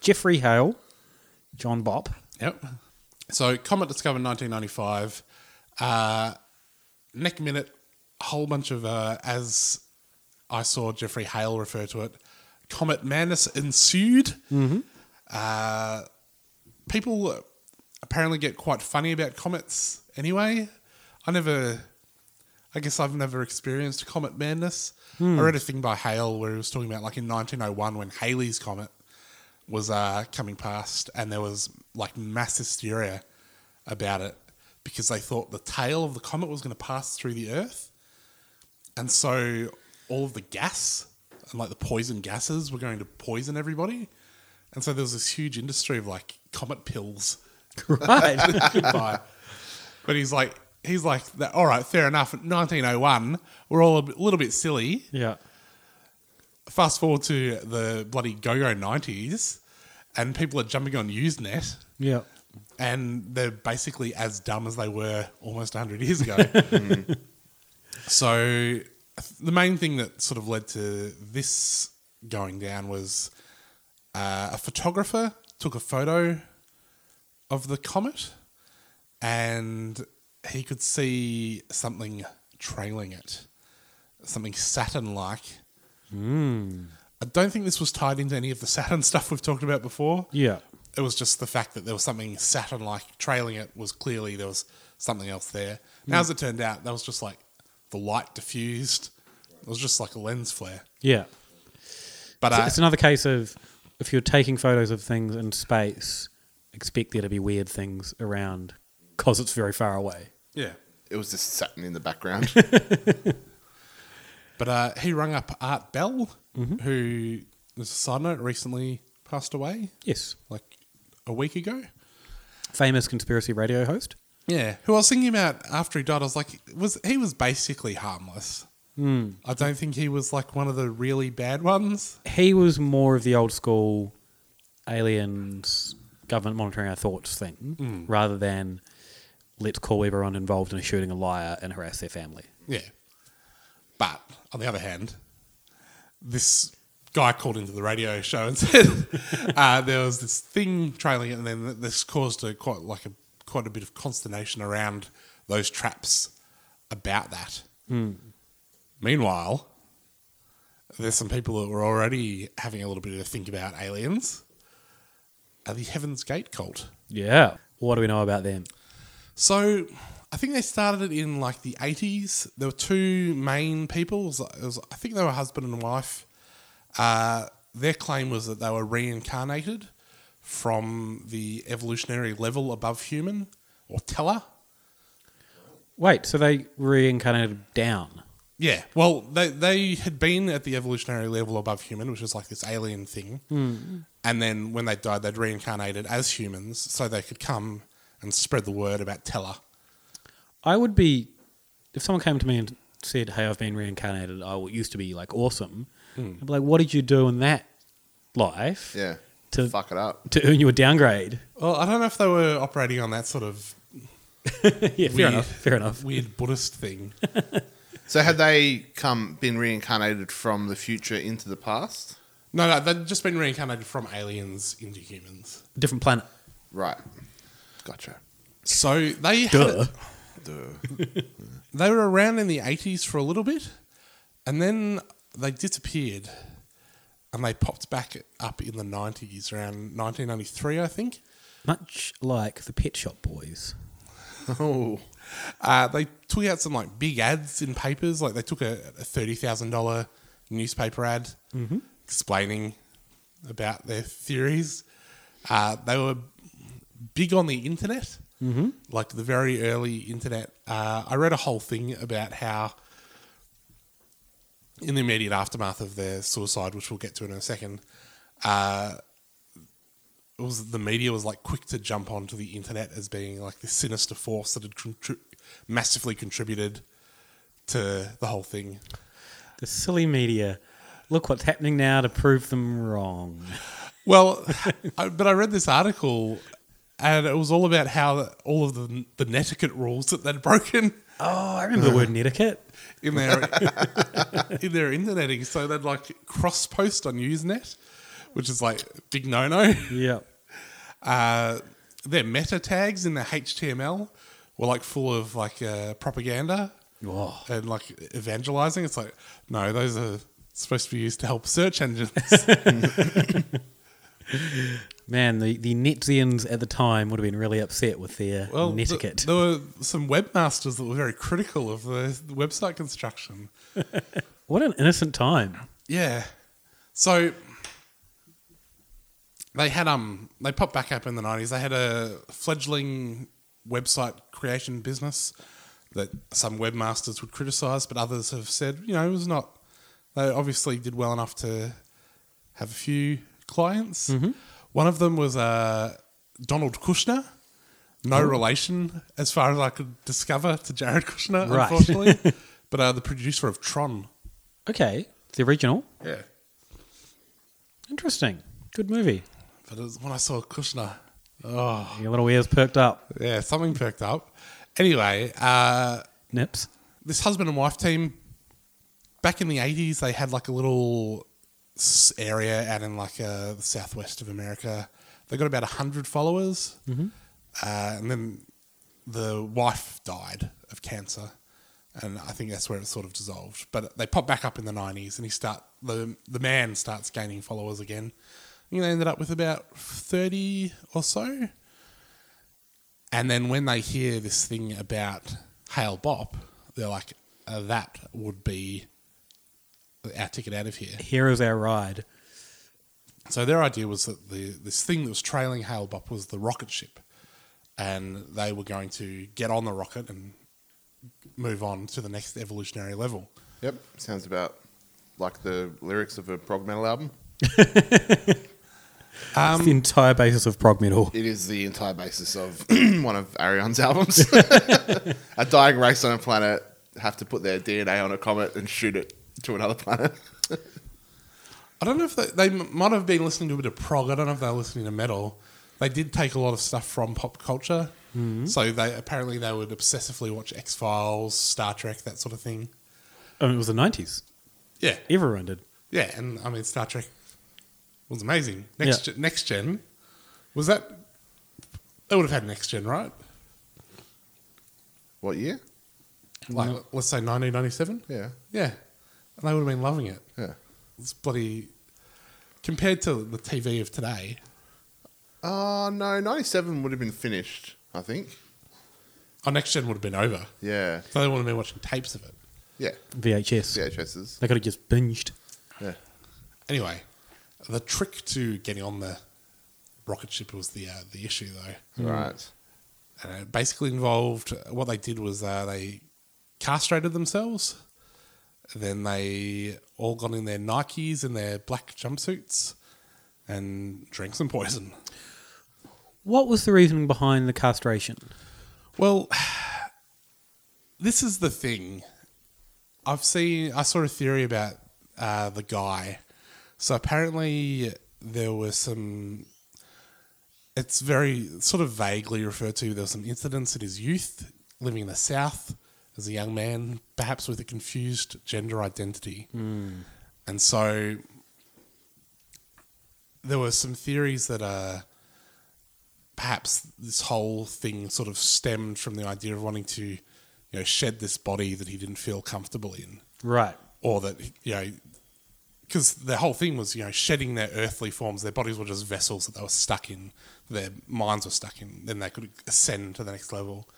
[SPEAKER 8] Jeffrey Hale, John Bopp.
[SPEAKER 4] Yep. So comet discovered in 1995. Uh, neck minute, a whole bunch of uh, as I saw Jeffrey Hale refer to it, comet madness ensued.
[SPEAKER 8] Mhm.
[SPEAKER 4] Uh, people apparently get quite funny about comets anyway. I never, I guess I've never experienced comet madness.
[SPEAKER 10] Hmm.
[SPEAKER 4] I read a thing by Hale where he was talking about like in 1901 when Halley's comet was uh, coming past and there was like mass hysteria about it because they thought the tail of the comet was going to pass through the Earth. And so all of the gas and like the poison gases were going to poison everybody. And so there was this huge industry of like comet pills.
[SPEAKER 5] Right.
[SPEAKER 4] that you could buy. But he's like, he's like, that, all right, fair enough. 1901, we're all a bit- little bit silly.
[SPEAKER 5] Yeah.
[SPEAKER 4] Fast forward to the bloody go go 90s, and people are jumping on Usenet.
[SPEAKER 5] Yeah.
[SPEAKER 4] And they're basically as dumb as they were almost 100 years ago.
[SPEAKER 5] Mm.
[SPEAKER 4] so, I th- the main thing that sort of led to this going down was uh, a photographer took a photo of the comet and he could see something trailing it, something Saturn like. I don't think this was tied into any of the Saturn stuff we've talked about before.
[SPEAKER 5] Yeah.
[SPEAKER 4] It was just the fact that there was something Saturn like trailing it was clearly there was something else there. Now,
[SPEAKER 5] Mm.
[SPEAKER 4] as it turned out, that was just like the light diffused. It was just like a lens flare.
[SPEAKER 5] Yeah.
[SPEAKER 4] But,
[SPEAKER 5] it's,
[SPEAKER 4] uh,
[SPEAKER 5] it's another case of if you're taking photos of things in space, expect there to be weird things around because it's very far away.
[SPEAKER 4] Yeah.
[SPEAKER 6] It was just Saturn in the background.
[SPEAKER 4] But uh, he rung up Art Bell,
[SPEAKER 5] Mm-hmm.
[SPEAKER 4] who, as a side note, recently passed away.
[SPEAKER 5] Yes.
[SPEAKER 4] Like a week ago.
[SPEAKER 5] Famous conspiracy radio host.
[SPEAKER 4] Yeah, who I was thinking about after he died, I was like, was he was basically harmless.
[SPEAKER 5] Mm.
[SPEAKER 4] I don't think he was like one of the really bad ones.
[SPEAKER 5] He was more of the old school aliens, government monitoring our thoughts thing,
[SPEAKER 4] Mm.
[SPEAKER 5] rather than let's call everyone involved in a shooting a liar and harass their family.
[SPEAKER 4] Yeah, but on the other hand, this guy called into the radio show and said uh, there was this thing trailing it, and then this caused a, quite like a quite a bit of consternation around those traps about that.
[SPEAKER 5] Hmm.
[SPEAKER 4] Meanwhile, there's some people that were already having a little bit of a think about aliens. Are the Heaven's Gate cult?
[SPEAKER 5] Yeah. What do we know about them?
[SPEAKER 4] So, I think they started it in like the 80s. There were two main people. It was, it was- I think they were husband and wife. Uh, their claim was that they were reincarnated from the evolutionary level above human or teller.
[SPEAKER 5] Wait, so they reincarnated down.
[SPEAKER 4] Yeah. Well, they, they had been at the evolutionary level above human, which was like this alien thing.
[SPEAKER 5] Hmm.
[SPEAKER 4] And then when they died, they'd reincarnated as humans so they could come and spread the word about teller.
[SPEAKER 5] I would be if someone came to me and said, "Hey, I've been reincarnated. I used to be like awesome."
[SPEAKER 6] Mm.
[SPEAKER 5] I'd be like, "What did you do in that life?"
[SPEAKER 6] Yeah.
[SPEAKER 5] To
[SPEAKER 6] fuck it up.
[SPEAKER 5] To earn you a downgrade.
[SPEAKER 4] Well, I don't know if they were operating on that sort of
[SPEAKER 5] yeah, fair enough. Fair enough.
[SPEAKER 4] Weird Buddhist thing.
[SPEAKER 6] so had they come been reincarnated from the future into the past?
[SPEAKER 4] No, no, they'd just been reincarnated from aliens into humans.
[SPEAKER 5] Different planet.
[SPEAKER 6] Right. Gotcha.
[SPEAKER 4] So they had
[SPEAKER 6] Duh.
[SPEAKER 4] it- they were around in the eighties for a little bit, and then they disappeared, and they popped back up in the nineties, around nineteen ninety three, I think.
[SPEAKER 5] Much like the Pet Shop Boys.
[SPEAKER 4] Oh. Uh, they took out some like big ads in papers. Like they took a, a thirty thousand dollar newspaper ad
[SPEAKER 5] Mhm.
[SPEAKER 4] explaining about their theories. Uh, they were big on the internet,
[SPEAKER 5] Mhm.
[SPEAKER 4] like the very early internet. Uh, I read a whole thing about how in the immediate aftermath of their suicide, which we'll get to in a second, uh, it was the media was like quick to jump onto the internet as being like this sinister force that had contri- massively contributed to the whole thing.
[SPEAKER 5] The silly media. Look what's happening now to prove them wrong.
[SPEAKER 4] Well, I, but I read this article, and it was all about how all of the the netiquette rules that they'd broken.
[SPEAKER 5] Oh, I remember the word netiquette.
[SPEAKER 4] in their in their interneting. So they'd like cross post on Usenet, which is like big no no.
[SPEAKER 5] Yeah.
[SPEAKER 4] Uh, their meta tags in their HTML were like full of like uh, propaganda and like evangelizing. It's like no, those are supposed to be used to help search engines.
[SPEAKER 5] Man, the, the Netzians at the time would have been really upset with their
[SPEAKER 4] Well, th-
[SPEAKER 5] netiquette.
[SPEAKER 4] there were some webmasters that were very critical of the website construction.
[SPEAKER 5] what an innocent time.
[SPEAKER 4] Yeah. So they had um they popped back up in the nineties. They had a fledgling website creation business that some webmasters would criticize, but others have said, you know, it was not they obviously did well enough to have a few clients.
[SPEAKER 5] Mm-hmm.
[SPEAKER 4] One of them was uh, Donald Kushner. No
[SPEAKER 5] Oh.
[SPEAKER 4] relation, as far as I could discover, to Jared Kushner,
[SPEAKER 5] Right.
[SPEAKER 4] unfortunately. but uh, the producer of Tron.
[SPEAKER 5] Okay, it's the original.
[SPEAKER 4] Yeah.
[SPEAKER 5] Interesting. Good movie.
[SPEAKER 4] But it was when I saw Kushner, oh,
[SPEAKER 5] Your little ears perked up.
[SPEAKER 4] yeah, something perked up. Anyway, uh,
[SPEAKER 5] nips.
[SPEAKER 4] This husband and wife team, back in the eighties, they had like a little s- area out in like uh, the southwest of America. They got about hundred followers,
[SPEAKER 5] Mhm.
[SPEAKER 4] uh, and then the wife died of cancer, and I think that's where it sort of dissolved. But they pop back up in the nineties, and he start the the man starts gaining followers again. You know, they ended up with about thirty or so. And then when they hear this thing about Hale Bop, they're like, uh, that would be our ticket out of here.
[SPEAKER 5] Here is our ride.
[SPEAKER 4] So their idea was that the this thing that was trailing Hale Bop was the rocket ship. And they were going to get on the rocket and move on to the next evolutionary level.
[SPEAKER 6] Yep, sounds about like the lyrics of a prog metal album.
[SPEAKER 5] it's the entire basis of prog metal.
[SPEAKER 6] It is the entire basis of one of Arion's albums. a dying race on a planet Uh, have to put their DNA on a comet and shoot it to another planet.
[SPEAKER 4] I don't know if they, they m- might have been listening to a bit of prog. I don't know if they were listening to metal. They did take a lot of stuff from pop culture.
[SPEAKER 6] Mm-hmm.
[SPEAKER 5] Mhm.
[SPEAKER 4] So they apparently they would obsessively watch X Files, Star Trek, that sort of thing.
[SPEAKER 5] I mean, Oh, it was the 90s.
[SPEAKER 4] Yeah.
[SPEAKER 5] Everyone did.
[SPEAKER 4] Yeah, and I mean Star Trek was amazing. Next gen, next gen was that they would have had next gen, right?
[SPEAKER 6] What year?
[SPEAKER 4] Like
[SPEAKER 6] No.
[SPEAKER 4] let's say 1997.
[SPEAKER 6] Mm-hmm. Yeah.
[SPEAKER 4] Yeah. And they would have been loving it.
[SPEAKER 6] Yeah.
[SPEAKER 4] It's bloody compared to the TV of today.
[SPEAKER 6] Uh, no, 97 would have been finished, I think.
[SPEAKER 4] Our next gen would have been over.
[SPEAKER 6] Yeah.
[SPEAKER 4] So they wouldn't have been watching tapes of it.
[SPEAKER 6] Yeah.
[SPEAKER 5] VHS.
[SPEAKER 6] VHSs.
[SPEAKER 5] They could have just binged.
[SPEAKER 6] Yeah.
[SPEAKER 4] Anyway, the trick to getting on the rocket ship was the uh, the issue though.
[SPEAKER 6] Right.
[SPEAKER 4] And it basically involved what they did was uh, they castrated themselves. Then they all got in their Nikes and their black jumpsuits and drank some poison.
[SPEAKER 5] What was the reasoning behind the castration?
[SPEAKER 4] Well, this is the thing. I've seen. I saw a theory about uh, the guy. So apparently there were some. It's very sort of vaguely referred to. There were some incidents in his youth, living in the south as a young man, perhaps with a confused gender identity, and so there were some theories that uh, perhaps this whole thing sort of stemmed from the idea of wanting to, you know, shed this body that he didn't feel comfortable in,
[SPEAKER 5] Right.
[SPEAKER 4] or that you know, because the whole thing was you know shedding their earthly forms. Their bodies were just vessels that they were stuck in. Their minds were stuck in. Then they could ascend to the next level,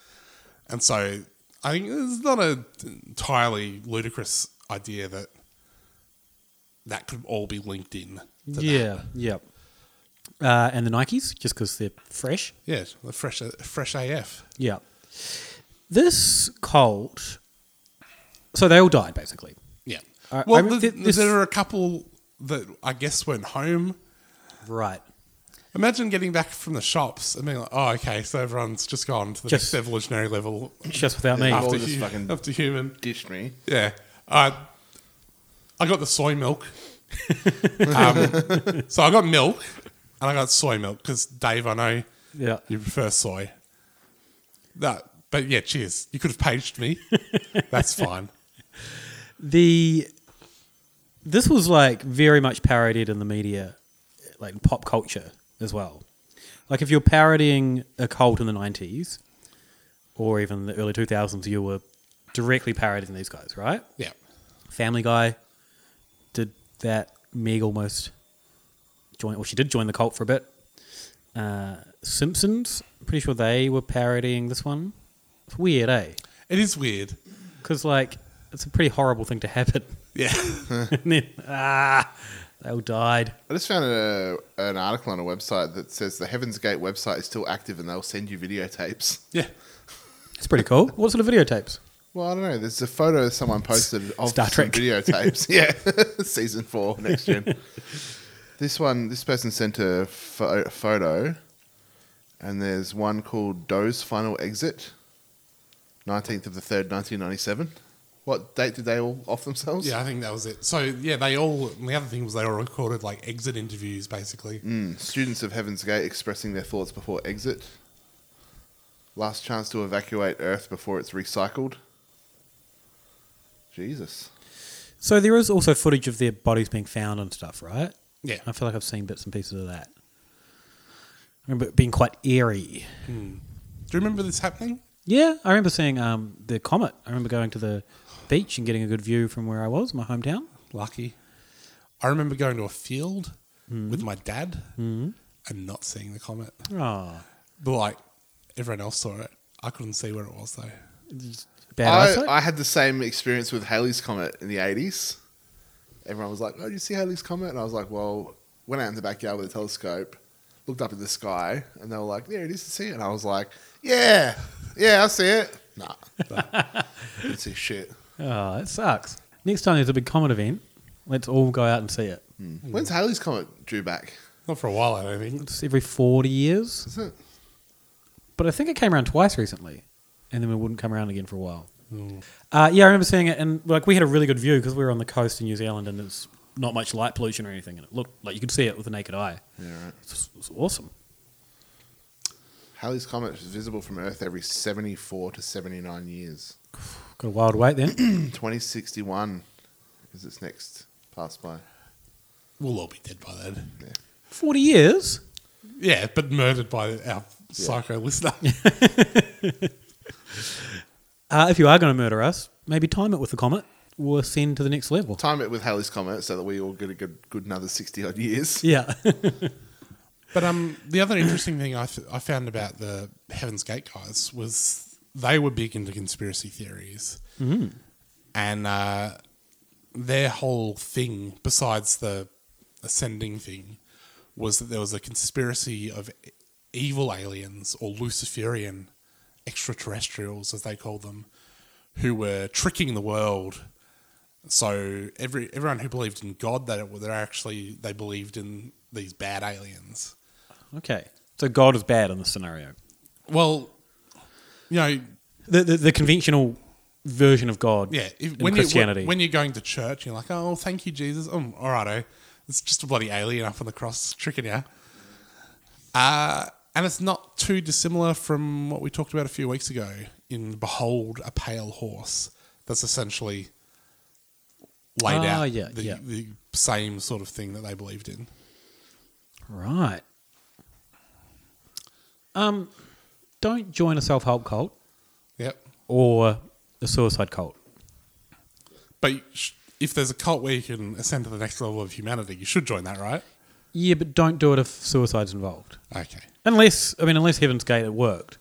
[SPEAKER 4] and so I think it's not a entirely ludicrous idea that that could all be linked in. to that.
[SPEAKER 5] Yeah. Yep. Uh, and the Nikes, just because they're fresh.
[SPEAKER 4] Yeah, the fresh, fresh AF.
[SPEAKER 5] Yeah. This cult. So they all died, basically.
[SPEAKER 4] Yeah.
[SPEAKER 5] I- I
[SPEAKER 4] well,
[SPEAKER 5] mean,
[SPEAKER 4] th-
[SPEAKER 5] th- this-
[SPEAKER 4] there are a couple that I guess went home.
[SPEAKER 5] Right.
[SPEAKER 4] Imagine getting back from the shops and being like, "Oh, okay, so everyone's just gone to the
[SPEAKER 5] Just-
[SPEAKER 4] next evolutionary level."
[SPEAKER 5] just without me.
[SPEAKER 4] After,
[SPEAKER 5] All
[SPEAKER 6] just
[SPEAKER 4] hu-
[SPEAKER 6] fucking
[SPEAKER 4] after human.
[SPEAKER 6] Dished me.
[SPEAKER 4] Yeah. I I got the soy milk. um, so I got milk and I got soy milk because Dave, I know
[SPEAKER 5] Yeah.
[SPEAKER 4] you prefer soy. That, but yeah, cheers. You could have paged me. That's fine.
[SPEAKER 5] The this was like very much parodied in the media, like pop culture as well. Like if you're parodying a cult in the '90s or even the early 2000s, you were directly parodying these guys, right?
[SPEAKER 4] Yeah.
[SPEAKER 5] Family Guy did that. Meg almost joined, well, she did join the cult for a bit. uh, Simpsons. Pretty sure they were parodying this one. It's weird, eh?
[SPEAKER 4] It is weird
[SPEAKER 5] because like it's a pretty horrible thing to happen.
[SPEAKER 4] Yeah,
[SPEAKER 5] and then ah, they all died.
[SPEAKER 6] I just found a, Uh, an article on a website that says the Heaven's Gate website is still active and they'll send you videotapes.
[SPEAKER 4] Yeah.
[SPEAKER 5] It's pretty cool. what sort of videotapes?
[SPEAKER 6] Well, I don't know. There's a photo someone posted of
[SPEAKER 5] Star
[SPEAKER 6] some
[SPEAKER 5] Trek.
[SPEAKER 6] videotapes. yeah, season four, next gen. this one, this person sent a pho- photo, and there's one called Doe's Final Exit, 19th of the 3rd, 1997. What date did they all off themselves?
[SPEAKER 4] Yeah, I think that was it. So yeah, they all. and The other thing was they all recorded like exit interviews, basically.
[SPEAKER 6] Mm, students of Heaven's Gate expressing their thoughts before exit. Last chance to evacuate Earth before it's recycled. Jesus.
[SPEAKER 5] So there is also footage of their bodies being found and stuff, right?
[SPEAKER 4] Yeah.
[SPEAKER 5] I feel like I've seen bits and pieces of that. I remember it being quite eerie.
[SPEAKER 4] Hmm. Do you remember this happening?
[SPEAKER 5] Yeah, I remember seeing um, the comet. I remember going to the beach and getting a good view from where I was, my hometown.
[SPEAKER 4] Lucky. I remember going to a field
[SPEAKER 5] Mhm.
[SPEAKER 4] with my dad
[SPEAKER 5] Mhm.
[SPEAKER 4] and not seeing the comet.
[SPEAKER 5] Aw.
[SPEAKER 4] But like everyone else saw it. I couldn't see where it was though.
[SPEAKER 6] I, I had the same experience with Halley's Comet in the 80s. Everyone was like, oh, you see Halley's Comet? And I was like, well, went out in the backyard with a telescope, looked up at the sky, and they were like, yeah, it is to see it. And I was like, yeah, yeah, I see it. Nah. didn't see shit.
[SPEAKER 5] Oh, it sucks. Next time there's a big comet event, let's all go out and see it.
[SPEAKER 6] When's Halley's Comet due back?
[SPEAKER 4] Not for a while, Oh, I don't think.
[SPEAKER 5] It's every 40 years.
[SPEAKER 6] Is it?
[SPEAKER 5] But I think it came around twice recently, and then it wouldn't come around again for a while.
[SPEAKER 4] Mm.
[SPEAKER 5] Uh, yeah, I remember seeing it, and like we had a really good view because we were on the coast in New Zealand, and there's not much light pollution or anything, and it looked like you could see it with the naked eye.
[SPEAKER 6] Yeah, right.
[SPEAKER 5] It's, it's awesome.
[SPEAKER 6] Halley's Comet is visible from Earth every 74 to 79 years.
[SPEAKER 5] Got a wild wait then.
[SPEAKER 6] 2061 is its next pass by.
[SPEAKER 4] We'll all be dead by then.
[SPEAKER 6] Yeah.
[SPEAKER 5] 40 years?
[SPEAKER 4] Yeah, but murdered by our psycho listener.
[SPEAKER 5] Uh, if you are going to murder us, maybe time it with the comet. We'll ascend to the next level.
[SPEAKER 6] Time it with Halley's Comet so that we all get a good, good another 60 odd years.
[SPEAKER 5] Yeah.
[SPEAKER 4] But um, the other interesting thing I, th- I found about the Heaven's Gate guys was they were big into conspiracy theories,
[SPEAKER 5] Mhm.
[SPEAKER 4] and uh, their whole thing, besides the ascending thing, was that there was a conspiracy of e- evil aliens or Luciferian extraterrestrials, as they called them, who were tricking the world. So every everyone who believed in God, that it, were- they're actually they believed in these bad aliens.
[SPEAKER 5] Okay. So God is bad in this scenario.
[SPEAKER 4] Well, you know,
[SPEAKER 5] The, the, the conventional version of God
[SPEAKER 4] yeah. If,
[SPEAKER 5] in
[SPEAKER 4] when
[SPEAKER 5] Christianity.
[SPEAKER 4] you when you're going to church, you're like, oh, thank you, Jesus. Oh, all righto, it's just a bloody alien up on the cross tricking you. Uh, and it's not too dissimilar from what we talked about a few weeks ago in "Behold a Pale Horse." That's essentially laid
[SPEAKER 5] Ah,
[SPEAKER 4] out
[SPEAKER 5] yeah,
[SPEAKER 4] the,
[SPEAKER 5] yeah.
[SPEAKER 4] the same sort of thing that they believed in.
[SPEAKER 5] Right. Um, don't join a self help cult.
[SPEAKER 4] Yep.
[SPEAKER 5] Or a suicide cult.
[SPEAKER 4] But you sh- if there's a cult where you can ascend to the next level of humanity, you should join that, right?
[SPEAKER 5] Yeah, but don't do it if suicide's involved.
[SPEAKER 4] Okay.
[SPEAKER 5] Unless, I mean, unless Heaven's Gate it worked.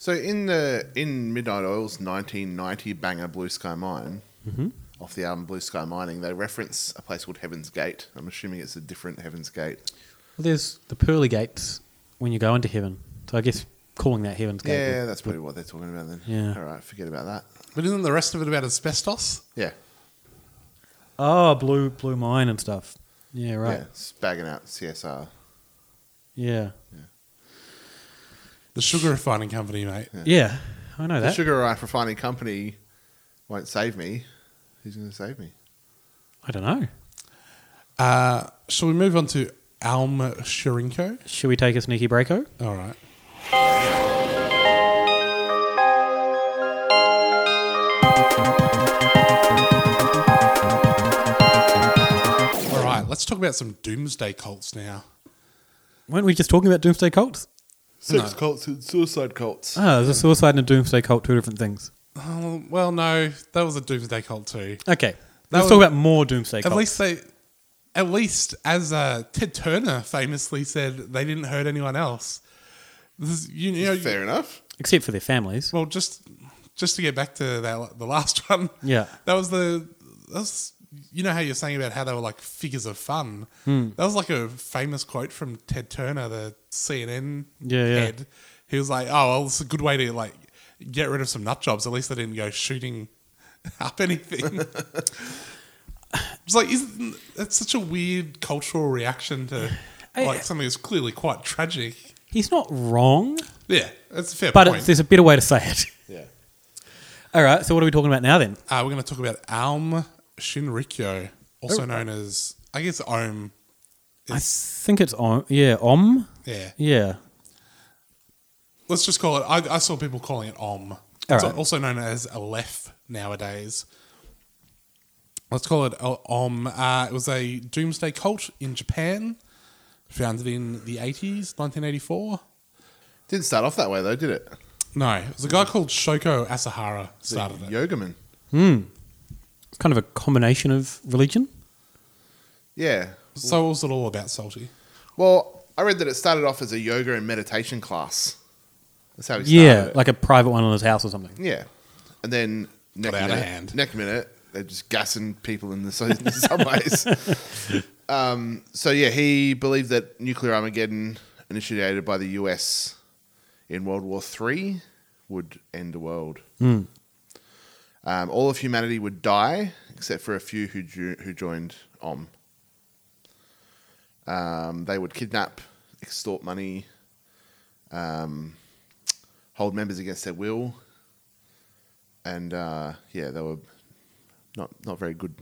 [SPEAKER 6] So in the in Midnight Oil's 1990 banger Blue Sky Mine,
[SPEAKER 5] Mhm.
[SPEAKER 6] off the album Blue Sky Mining, they reference a place called Heaven's Gate. I'm assuming it's a different Heaven's Gate.
[SPEAKER 5] Well, there's the pearly gates when you go into heaven. So I guess calling that Heaven's Gate.
[SPEAKER 6] yeah,
[SPEAKER 5] would-
[SPEAKER 6] that's probably what they're talking about then.
[SPEAKER 5] Yeah.
[SPEAKER 6] All right, forget about that.
[SPEAKER 4] But isn't the rest of it about asbestos?
[SPEAKER 6] Yeah.
[SPEAKER 5] Oh, blue, blue mine and stuff. Yeah, right.
[SPEAKER 6] Yeah, it's bagging out CSR.
[SPEAKER 5] Yeah.
[SPEAKER 4] The sugar refining company, mate.
[SPEAKER 5] Yeah, I know
[SPEAKER 6] the
[SPEAKER 5] that.
[SPEAKER 6] Sugar Rife Refining Company won't save me. Who's going to save me?
[SPEAKER 5] I don't know.
[SPEAKER 4] Uh, shall we move on to Alm Shirinko?
[SPEAKER 5] Should we take a sneaky breako?
[SPEAKER 4] All right. All right, let's talk about some doomsday cults now.
[SPEAKER 5] Weren't we just talking about doomsday cults?
[SPEAKER 6] Sex cults and suicide cults.
[SPEAKER 5] Ah, there's a suicide and a doomsday cult, two different things.
[SPEAKER 4] Oh, well, no, that was a doomsday cult too.
[SPEAKER 5] Okay.
[SPEAKER 4] That
[SPEAKER 5] Let's
[SPEAKER 4] was-
[SPEAKER 5] talk about more doomsday
[SPEAKER 4] At
[SPEAKER 5] cults.
[SPEAKER 4] least they, at least, as uh, Ted Turner famously said, they didn't hurt anyone else. This is, you, you know,
[SPEAKER 6] Fair enough.
[SPEAKER 5] Except for their families.
[SPEAKER 4] Well, just just to get back to that, the last one.
[SPEAKER 5] Yeah.
[SPEAKER 4] that was the that was, you know how you're saying about how they were like figures of fun.
[SPEAKER 5] Hmm.
[SPEAKER 4] That was like a famous quote from Ted Turner, the CNN
[SPEAKER 5] Yeah, yeah.
[SPEAKER 4] head. He was like, "Oh, well, it's a good way to like get rid of some nut jobs. At least they didn't go shooting up anything." It's like isn't that's such a weird cultural reaction to
[SPEAKER 5] I-
[SPEAKER 4] like something that's clearly quite tragic.
[SPEAKER 5] He's not wrong.
[SPEAKER 4] Yeah, that's a fair
[SPEAKER 5] but
[SPEAKER 4] point.
[SPEAKER 5] it's- there's a better way to say it.
[SPEAKER 4] Yeah.
[SPEAKER 5] All right, so what are we talking about now then?
[SPEAKER 4] Uh, we're going to talk about Alm Shinrikyo, also
[SPEAKER 5] Oh.
[SPEAKER 4] known as I guess Om.
[SPEAKER 5] I think it's Om. Yeah, Om.
[SPEAKER 4] Yeah.
[SPEAKER 5] Yeah.
[SPEAKER 4] Let's just call it. I, I saw people calling it Om. it's
[SPEAKER 5] right.
[SPEAKER 4] also known as Aleph nowadays. Let's call it O- Om. Uh, it was a doomsday cult in Japan, founded in the eighties, nineteen eighty four.
[SPEAKER 6] Didn't start off that way though, did it?
[SPEAKER 4] No, it was a guy called Shoko Asahara started it.
[SPEAKER 6] Yogaman.
[SPEAKER 5] Hmm. It's kind of a combination of religion.
[SPEAKER 6] Yeah.
[SPEAKER 4] So what was it all about, Salty?
[SPEAKER 6] Well, I read that it started off as a yoga and meditation class. That's how he started.
[SPEAKER 5] Yeah,
[SPEAKER 6] it.
[SPEAKER 5] like a private one in his house or something.
[SPEAKER 6] Yeah. And then next
[SPEAKER 4] out of
[SPEAKER 6] minute,
[SPEAKER 4] hand.
[SPEAKER 6] next minute, they're just gassing people in the, su- the subways. um, so, yeah, he believed that nuclear Armageddon, initiated by the US in World War III, would end the world.
[SPEAKER 5] Hmm.
[SPEAKER 6] Um, all of humanity would die, except for a few who, ju- who joined OM. Um, they would kidnap, extort money, um, hold members against their will, and uh, yeah, they were not not very good,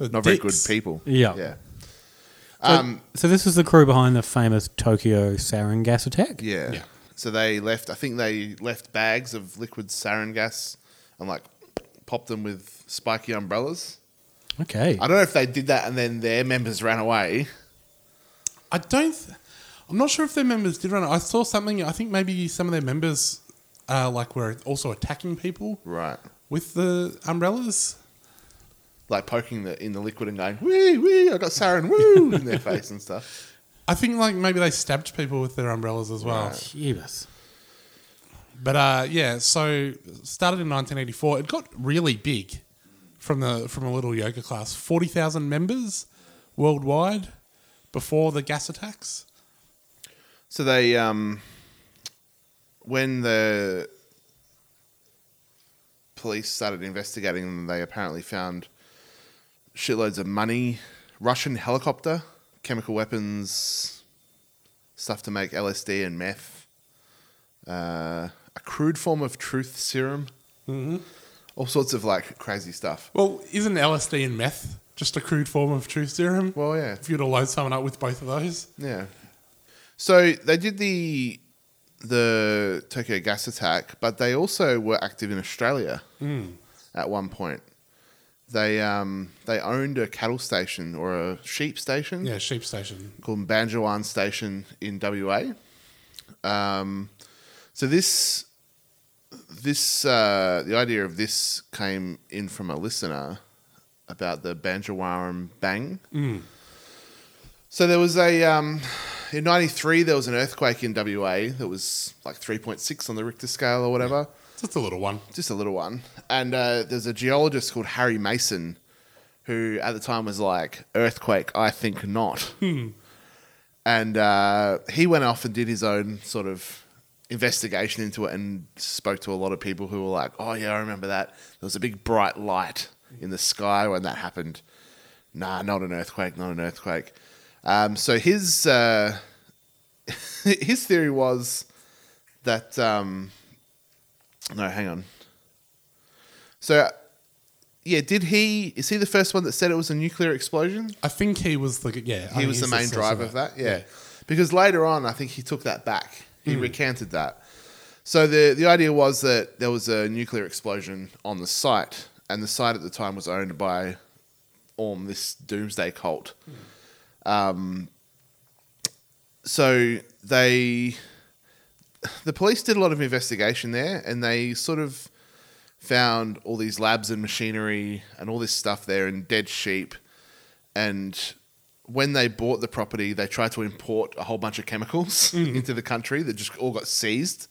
[SPEAKER 4] Uh,
[SPEAKER 6] not very good
[SPEAKER 4] dicks.
[SPEAKER 6] people.
[SPEAKER 5] Yeah.
[SPEAKER 6] yeah.
[SPEAKER 5] So,
[SPEAKER 6] Um,
[SPEAKER 5] so this is the crew behind the famous Tokyo sarin gas attack.
[SPEAKER 6] yeah. So they left. I think they left bags of liquid sarin gas and like popped them with spiky umbrellas.
[SPEAKER 5] Okay.
[SPEAKER 6] I don't know if they did that and then their members ran away.
[SPEAKER 4] I don't. Th- I'm not sure if their members did run. it. I saw something. I think maybe some of their members, uh, like, were also attacking people
[SPEAKER 6] Right.
[SPEAKER 4] with the umbrellas.
[SPEAKER 6] Like poking the in the liquid and going wee wee. I got sarin woo in their face and stuff.
[SPEAKER 4] I think like maybe they stabbed people with their umbrellas as well.
[SPEAKER 6] Right.
[SPEAKER 5] Jeebus.
[SPEAKER 4] But uh, yeah, so started in 1984. It got really big from the from a little yoga class. Forty thousand members worldwide before the gas attacks.
[SPEAKER 6] So they um when the police started investigating them, they apparently found shitloads of money, Russian helicopter, chemical weapons, stuff to make LSD and meth, uh, a crude form of truth serum,
[SPEAKER 4] Mhm.
[SPEAKER 6] all sorts of like crazy stuff.
[SPEAKER 4] Well, isn't LSD and meth just a crude form of truth serum?
[SPEAKER 6] Well, yeah.
[SPEAKER 4] If you were to load someone up with both of those,
[SPEAKER 6] Yeah. So they did the the Tokyo gas attack, but they also were active in Australia
[SPEAKER 4] Mm.
[SPEAKER 6] at one point. They um, they owned a cattle station or a sheep station
[SPEAKER 4] yeah, sheep station.
[SPEAKER 6] called Banjoan Station in WA. Um, so this this uh, the idea of this came in from a listener about the Banjoan Bang.
[SPEAKER 4] Mm.
[SPEAKER 6] So there was a um, in '93 there was an earthquake in WA that was like 3.6 on the Richter scale or whatever.
[SPEAKER 4] Just a little one.
[SPEAKER 6] Just a little one. And uh, there's a geologist called Harry Mason who at the time was like earthquake. I think not.
[SPEAKER 4] Hmm.
[SPEAKER 6] And uh, he went off and did his own sort of investigation into it and spoke to a lot of people who were like, "Oh yeah, I remember that. There was a big bright light in the sky when that happened." Nah, not an earthquake. Not an earthquake. Um, so his uh, his theory was that um, no, hang on. So yeah, did he? Is he the first one that said it was a nuclear explosion?
[SPEAKER 4] I think he was the yeah. I
[SPEAKER 6] he
[SPEAKER 4] think
[SPEAKER 6] was
[SPEAKER 4] he's
[SPEAKER 6] the main
[SPEAKER 4] source
[SPEAKER 6] driver
[SPEAKER 4] it.
[SPEAKER 6] of that. Yeah. because later on, I think he took that back. He
[SPEAKER 4] Mm.
[SPEAKER 6] recanted that. So the the idea was that there was a nuclear explosion on the site, and the site at the time was owned by Orm, this doomsday cult. Um, so they the police did a lot of investigation there and they sort of found all these labs and machinery and all this stuff there and dead sheep and when they bought the property, they tried to import a whole bunch of chemicals into the country that just all got seized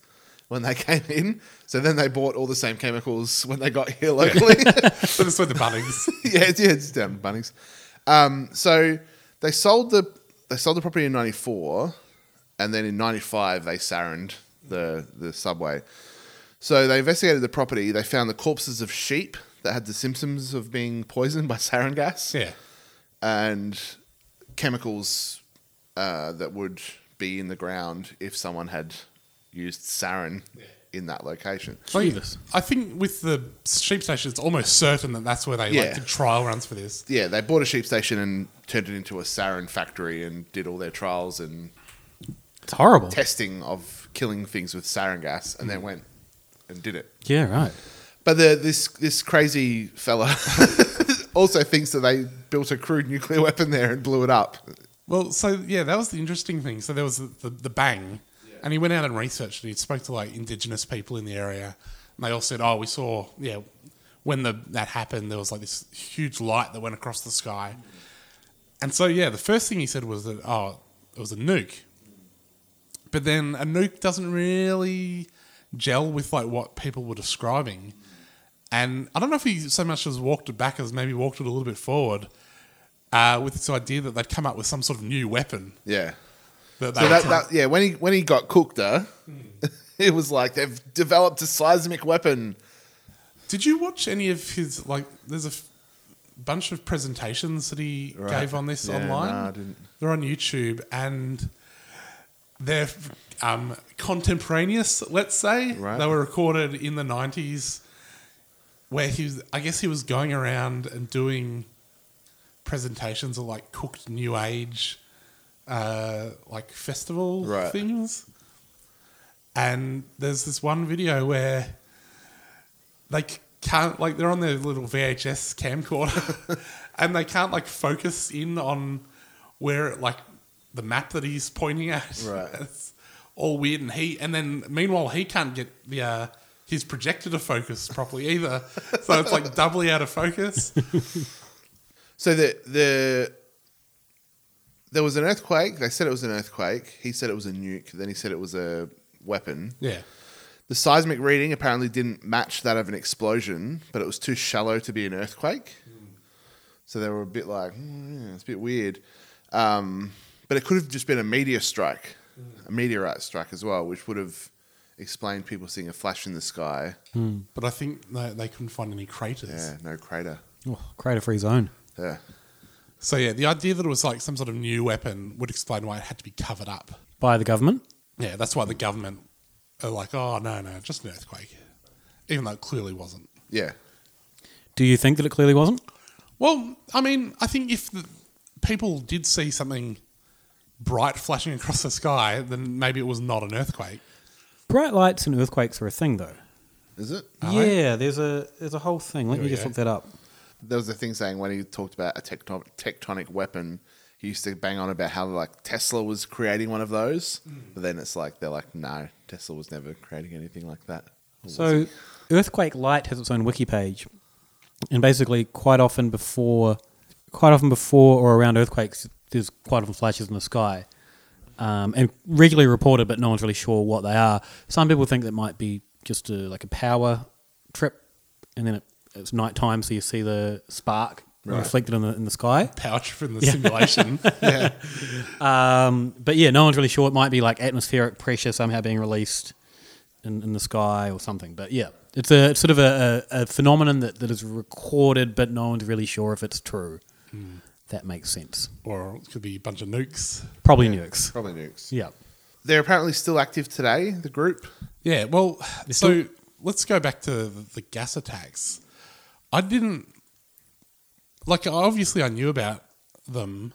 [SPEAKER 6] when they came in. So then they bought all the same chemicals when they got here locally.
[SPEAKER 4] But it's with the Bunnings.
[SPEAKER 6] yeah, it's, yeah, it's down in Bunnings. Um, so they sold the they sold the property in '94, and then in '95 they sarined the the subway. So they investigated the property. They found the corpses of sheep that had the symptoms of being poisoned by sarin gas.
[SPEAKER 4] Yeah.
[SPEAKER 6] And chemicals uh, that would be in the ground if someone had used sarin in that location.
[SPEAKER 4] I think with the sheep station, it's almost certain that that's where they
[SPEAKER 6] Yeah.
[SPEAKER 4] like did trial runs for this.
[SPEAKER 6] Yeah, they bought a sheep station and turned it into a sarin factory and did all their trials and
[SPEAKER 5] It's horrible. Hmm.
[SPEAKER 6] testing of killing things with sarin gas, and then went and did it.
[SPEAKER 5] Yeah, right.
[SPEAKER 6] But the, this this crazy fella also thinks that they built a crude nuclear weapon there and blew it up.
[SPEAKER 4] Well, so yeah, that was the interesting thing. So there was the, the, the bang, and he went out and researched it. He spoke to like indigenous people in the area, and they all said, "Oh, we saw yeah, when the that happened, there was like this huge light that went across the sky." And so yeah, the first thing he said was that oh, it was a nuke, but then a nuke doesn't really gel with like what people were describing. And I don't know if he so much as walked it back as maybe walked it a little bit forward uh, with this idea that they'd come up with some sort of new weapon.
[SPEAKER 6] Yeah.
[SPEAKER 4] That
[SPEAKER 6] so
[SPEAKER 4] they
[SPEAKER 6] that,
[SPEAKER 4] were
[SPEAKER 6] that yeah, when he when he got cooked, uh, it was like they've developed a seismic weapon.
[SPEAKER 4] Did you watch any of his like? There's a f- bunch of presentations that he
[SPEAKER 6] Right.
[SPEAKER 4] gave on this
[SPEAKER 6] Yeah,
[SPEAKER 4] online.
[SPEAKER 6] no, I didn't.
[SPEAKER 4] They're on YouTube and they're um, contemporaneous. Let's say
[SPEAKER 6] Right.
[SPEAKER 4] they were recorded in the '90s, where he was. I guess he was going around and doing presentations of like cooked New Age, uh, like festival
[SPEAKER 6] Right.
[SPEAKER 4] things. And there's this one video where they c- can't like they're on their little VHS camcorder, and they can't like focus in on where like the map that he's pointing at.
[SPEAKER 6] Right.
[SPEAKER 4] it's all weird, and he and then meanwhile he can't get the uh, his projector to focus properly either, so it's like doubly out of focus.
[SPEAKER 6] So the the there was an earthquake. They said it was an earthquake. He said it was a nuke. Then he said it was a weapon.
[SPEAKER 4] Yeah.
[SPEAKER 6] The seismic reading apparently didn't match that of an explosion, but it was too shallow to be an earthquake. So they were a bit like, "Hmm, yeah, it's a bit weird. Um, but it could have just been a meteor strike, a meteorite strike as well, which would have explained people seeing a flash in the sky.
[SPEAKER 4] But I think they, they couldn't find any craters.
[SPEAKER 6] Yeah, no crater.
[SPEAKER 5] Oh, crater free zone.
[SPEAKER 6] Yeah.
[SPEAKER 4] So yeah, the idea that it was like some sort of new weapon would explain why it had to be covered up.
[SPEAKER 5] By the government.
[SPEAKER 4] Yeah, that's why the government are like, oh no, no, just an earthquake, even though it clearly wasn't.
[SPEAKER 6] Yeah.
[SPEAKER 5] Do you think that it clearly wasn't?
[SPEAKER 4] Well, I mean, I think if the people did see something bright flashing across the sky, then maybe it was not an earthquake.
[SPEAKER 5] Bright lights and earthquakes are a thing, though.
[SPEAKER 6] Is it?
[SPEAKER 5] yeah, there's a there's a whole thing. Let
[SPEAKER 6] There we
[SPEAKER 5] me just
[SPEAKER 6] go.
[SPEAKER 5] look that up.
[SPEAKER 6] there was a thing saying when he talked about a tecton- tectonic weapon, he used to bang on about how like Tesla was creating one of those, but then it's like they're like, no, Tesla was never creating anything like that. Or was
[SPEAKER 5] So, Earthquake Light has its own wiki page, and basically, quite often before, quite often before or around earthquakes, there's quite often flashes in the sky, um, and regularly reported, but no one's really sure what they are. Some people think that might be just a, like a power trip, and then it, it's nighttime, so you see the spark
[SPEAKER 4] Right.
[SPEAKER 5] reflected in the in the sky.
[SPEAKER 4] Power trip in the
[SPEAKER 5] Yeah.
[SPEAKER 4] simulation. yeah.
[SPEAKER 5] Um, but yeah, no one's really sure. It might be like atmospheric pressure somehow being released in, in the sky or something. But yeah, it's a it's sort of a, a, a phenomenon that, that is recorded, but no one's really sure if it's true.
[SPEAKER 4] Hmm.
[SPEAKER 5] That makes sense.
[SPEAKER 4] Or it could be a bunch of nukes.
[SPEAKER 5] Probably nukes.
[SPEAKER 6] Probably nukes.
[SPEAKER 5] Yeah.
[SPEAKER 6] They're apparently still active today, the group.
[SPEAKER 4] Yeah, well, so let's go back to the, the gas attacks. I didn't like obviously I knew
[SPEAKER 5] Uh,
[SPEAKER 4] about them.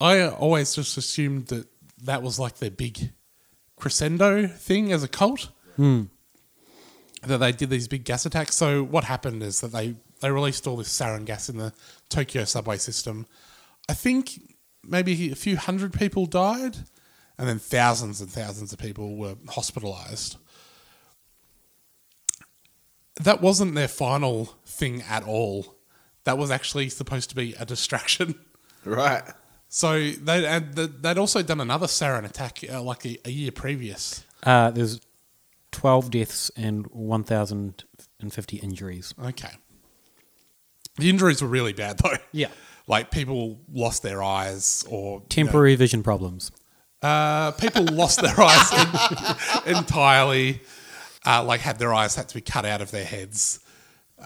[SPEAKER 4] I always just assumed that that was like their big crescendo thing as a cult
[SPEAKER 5] Hmm.
[SPEAKER 4] that they did these big gas attacks. So what happened is that they they released all this sarin gas in the Tokyo subway system. I think maybe a few hundred people died, and then thousands and thousands of people were hospitalized. That wasn't their final thing at all. That was actually supposed to be a distraction.
[SPEAKER 6] Right.
[SPEAKER 4] So they and the, they'd also done another sarin attack uh, like a, a year previous.
[SPEAKER 5] Uh, there's 12 deaths and 1,050 injuries.
[SPEAKER 4] Okay. The injuries were really bad though.
[SPEAKER 5] Yeah.
[SPEAKER 4] Like people lost their eyes or you know,
[SPEAKER 5] Temporary vision problems.
[SPEAKER 4] uh, people lost their eyes en- entirely. Uh, like had their eyes had to be cut out of their heads. Uh,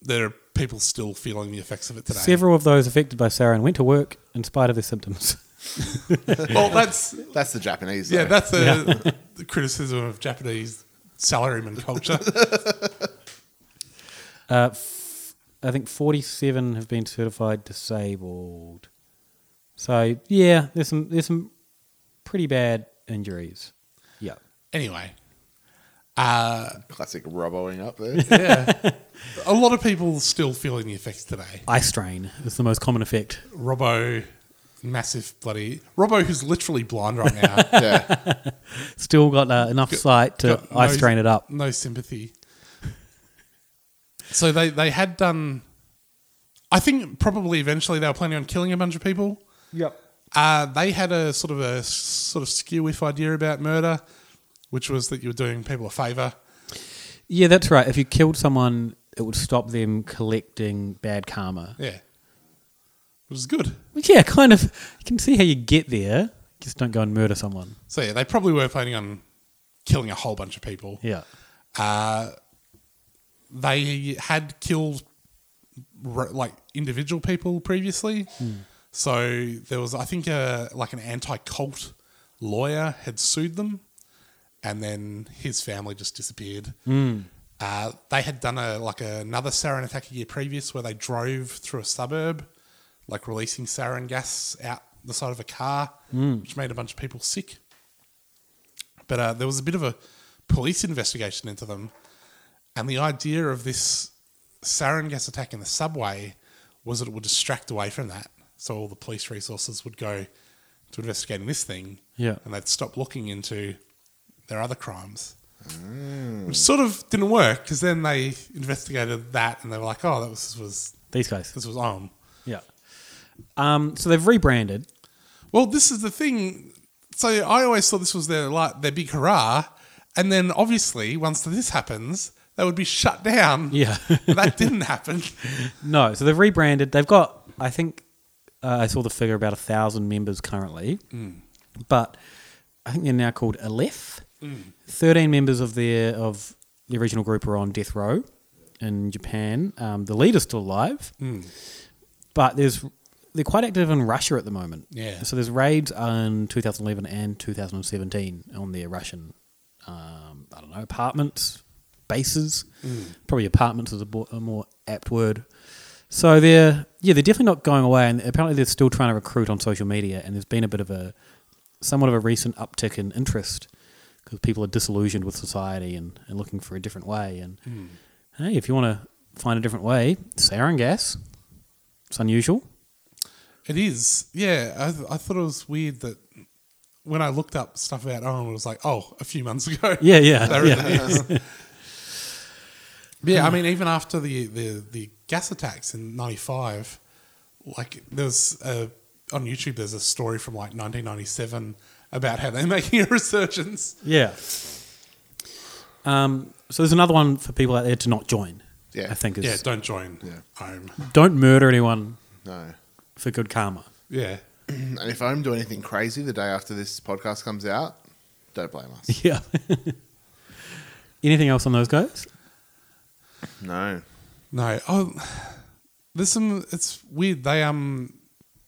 [SPEAKER 4] there are people still feeling the effects of it today.
[SPEAKER 5] Several of those affected by sarin went to work in spite of their symptoms.
[SPEAKER 4] well, that's
[SPEAKER 6] that's the Japanese.
[SPEAKER 4] Yeah,
[SPEAKER 6] though.
[SPEAKER 4] that's the,
[SPEAKER 5] Yeah.
[SPEAKER 4] the criticism of Japanese salaryman culture.
[SPEAKER 5] Uh, f- I think 47 have been certified disabled. So yeah, there's some there's some pretty bad injuries. Yeah.
[SPEAKER 4] anyway, uh,
[SPEAKER 6] classic roboing up there.
[SPEAKER 4] yeah, a lot of people still feeling the effects today.
[SPEAKER 5] Eye strain is the most common effect.
[SPEAKER 4] Robbo, massive bloody Robbo, who's literally blind right now.
[SPEAKER 5] Still got uh, enough sight to
[SPEAKER 4] Got
[SPEAKER 5] eye
[SPEAKER 4] no-
[SPEAKER 5] strain it up.
[SPEAKER 4] No sympathy. So they they had done. I think probably eventually they were planning on killing a bunch of people.
[SPEAKER 5] Yep.
[SPEAKER 4] Uh, they had a sort of a s- sort of skew if idea about murder, which was that you were doing people a favour.
[SPEAKER 5] Yeah, that's right. If you killed someone, it would stop them collecting bad karma.
[SPEAKER 4] Yeah. Which is good.
[SPEAKER 5] Which yeah, kind of. You can see how you get there. Just don't go and murder someone.
[SPEAKER 4] So yeah, they probably were planning on killing a whole bunch of people.
[SPEAKER 5] Yeah.
[SPEAKER 4] Uh, they had killed r- like individual people previously.
[SPEAKER 5] Hmm.
[SPEAKER 4] So there was, I think, a, like an anti-cult lawyer had sued them, and then his family just disappeared.
[SPEAKER 5] Hmm.
[SPEAKER 4] Uh, they had done a like another sarin attack a year previous, where they drove through a suburb, like releasing sarin gas out the side of a car,
[SPEAKER 5] Mm.
[SPEAKER 4] which made a bunch of people sick. But uh, there was a bit of a police investigation into them, and the idea of this sarin gas attack in the subway was that it would distract away from that, so all the police resources would go to investigating this thing,
[SPEAKER 5] Yeah.
[SPEAKER 4] and they'd stop looking into their other crimes which sort of didn't work because then they investigated that and they were like, oh, that was, this was
[SPEAKER 5] These guys.
[SPEAKER 4] This was Om.
[SPEAKER 5] Yeah. Um, so they've rebranded.
[SPEAKER 4] Well, this is the thing. So I always thought this was their like their big hurrah, and then obviously once this happens, they would be shut down.
[SPEAKER 5] Yeah.
[SPEAKER 4] that didn't happen.
[SPEAKER 5] No, so they've rebranded. They've got, I think, uh, I saw the figure about a thousand members currently,
[SPEAKER 4] Mm.
[SPEAKER 5] but I think they're now called Aleph.
[SPEAKER 4] Mm.
[SPEAKER 5] Thirteen members of their of the original group are on death row in Japan. Um, the leader's still alive,
[SPEAKER 4] Mm.
[SPEAKER 5] but there's they're quite active in Russia at the moment.
[SPEAKER 4] Yeah.
[SPEAKER 5] So there's raids in 2011 and 2017 on their Russian, um, I don't know, apartments, bases.
[SPEAKER 4] Mm.
[SPEAKER 5] Probably apartments is a, bo- a more apt word. So they're yeah they're definitely not going away, and apparently they're still trying to recruit on social media, and there's been a bit of a somewhat of a recent uptick in interest because people are disillusioned with society and, and looking for a different way. And
[SPEAKER 4] Hmm.
[SPEAKER 5] hey, if you want to find a different way, sarin gas, it's unusual.
[SPEAKER 4] It is. Yeah, I, th- I thought it was weird that when I looked up stuff about Owen, it was like, oh, a few months ago.
[SPEAKER 5] Yeah, yeah,
[SPEAKER 4] They were in the
[SPEAKER 5] yeah.
[SPEAKER 4] news. yeah, I mean, even after the, the, the gas attacks in 95, like, there's a, on YouTube, there's a story from like 1997 about how they're making a resurgence.
[SPEAKER 5] Yeah. Um, so there's another one for people out there to not join. I think is
[SPEAKER 4] Yeah, don't join Ohm.
[SPEAKER 5] don't murder anyone.
[SPEAKER 6] No.
[SPEAKER 5] For good karma.
[SPEAKER 4] Yeah.
[SPEAKER 6] and if I'm doing anything crazy the day after this podcast comes out, don't blame us.
[SPEAKER 5] Yeah. Anything else on those guys?
[SPEAKER 6] No.
[SPEAKER 4] No. Oh, there's some. It's weird. They um,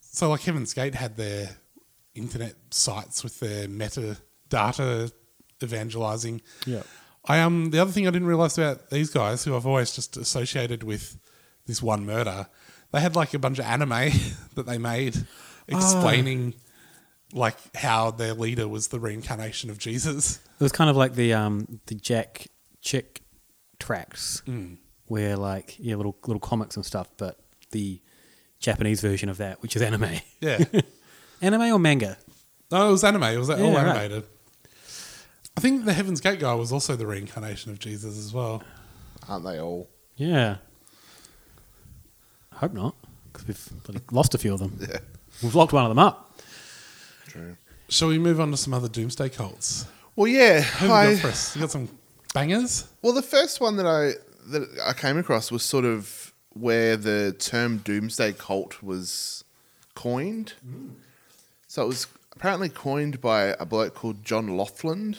[SPEAKER 4] so like Heaven's Gate had their internet sites with their metadata evangelizing.
[SPEAKER 5] Yeah.
[SPEAKER 4] I um, the other thing I didn't realize about these guys, who I've always just associated with this one murder, they had like a bunch of anime that they made explaining. Like how their leader was the reincarnation of Jesus.
[SPEAKER 5] It was kind of like the um the Jack Chick tracks
[SPEAKER 4] Mm.
[SPEAKER 5] where like yeah little little comics and stuff, but the Japanese version of that, which is anime.
[SPEAKER 4] Yeah.
[SPEAKER 5] anime or manga?
[SPEAKER 4] No, it was anime. It was all
[SPEAKER 5] Yeah, right.
[SPEAKER 4] animated. I think the Heaven's Gate guy was also the reincarnation of Jesus as well.
[SPEAKER 6] Aren't they all?
[SPEAKER 5] Yeah. I hope not, because we've bloody lost a few of them. Yeah. We've locked one of them up.
[SPEAKER 6] True.
[SPEAKER 4] Shall we move on to some other doomsday cults?
[SPEAKER 6] Well, yeah.
[SPEAKER 4] Who have
[SPEAKER 6] I-
[SPEAKER 4] you got first? You got some bangers?
[SPEAKER 6] Well, the first one that I that I came across was sort of where the term doomsday cult was coined. So it was apparently coined by a bloke called John Laughlin.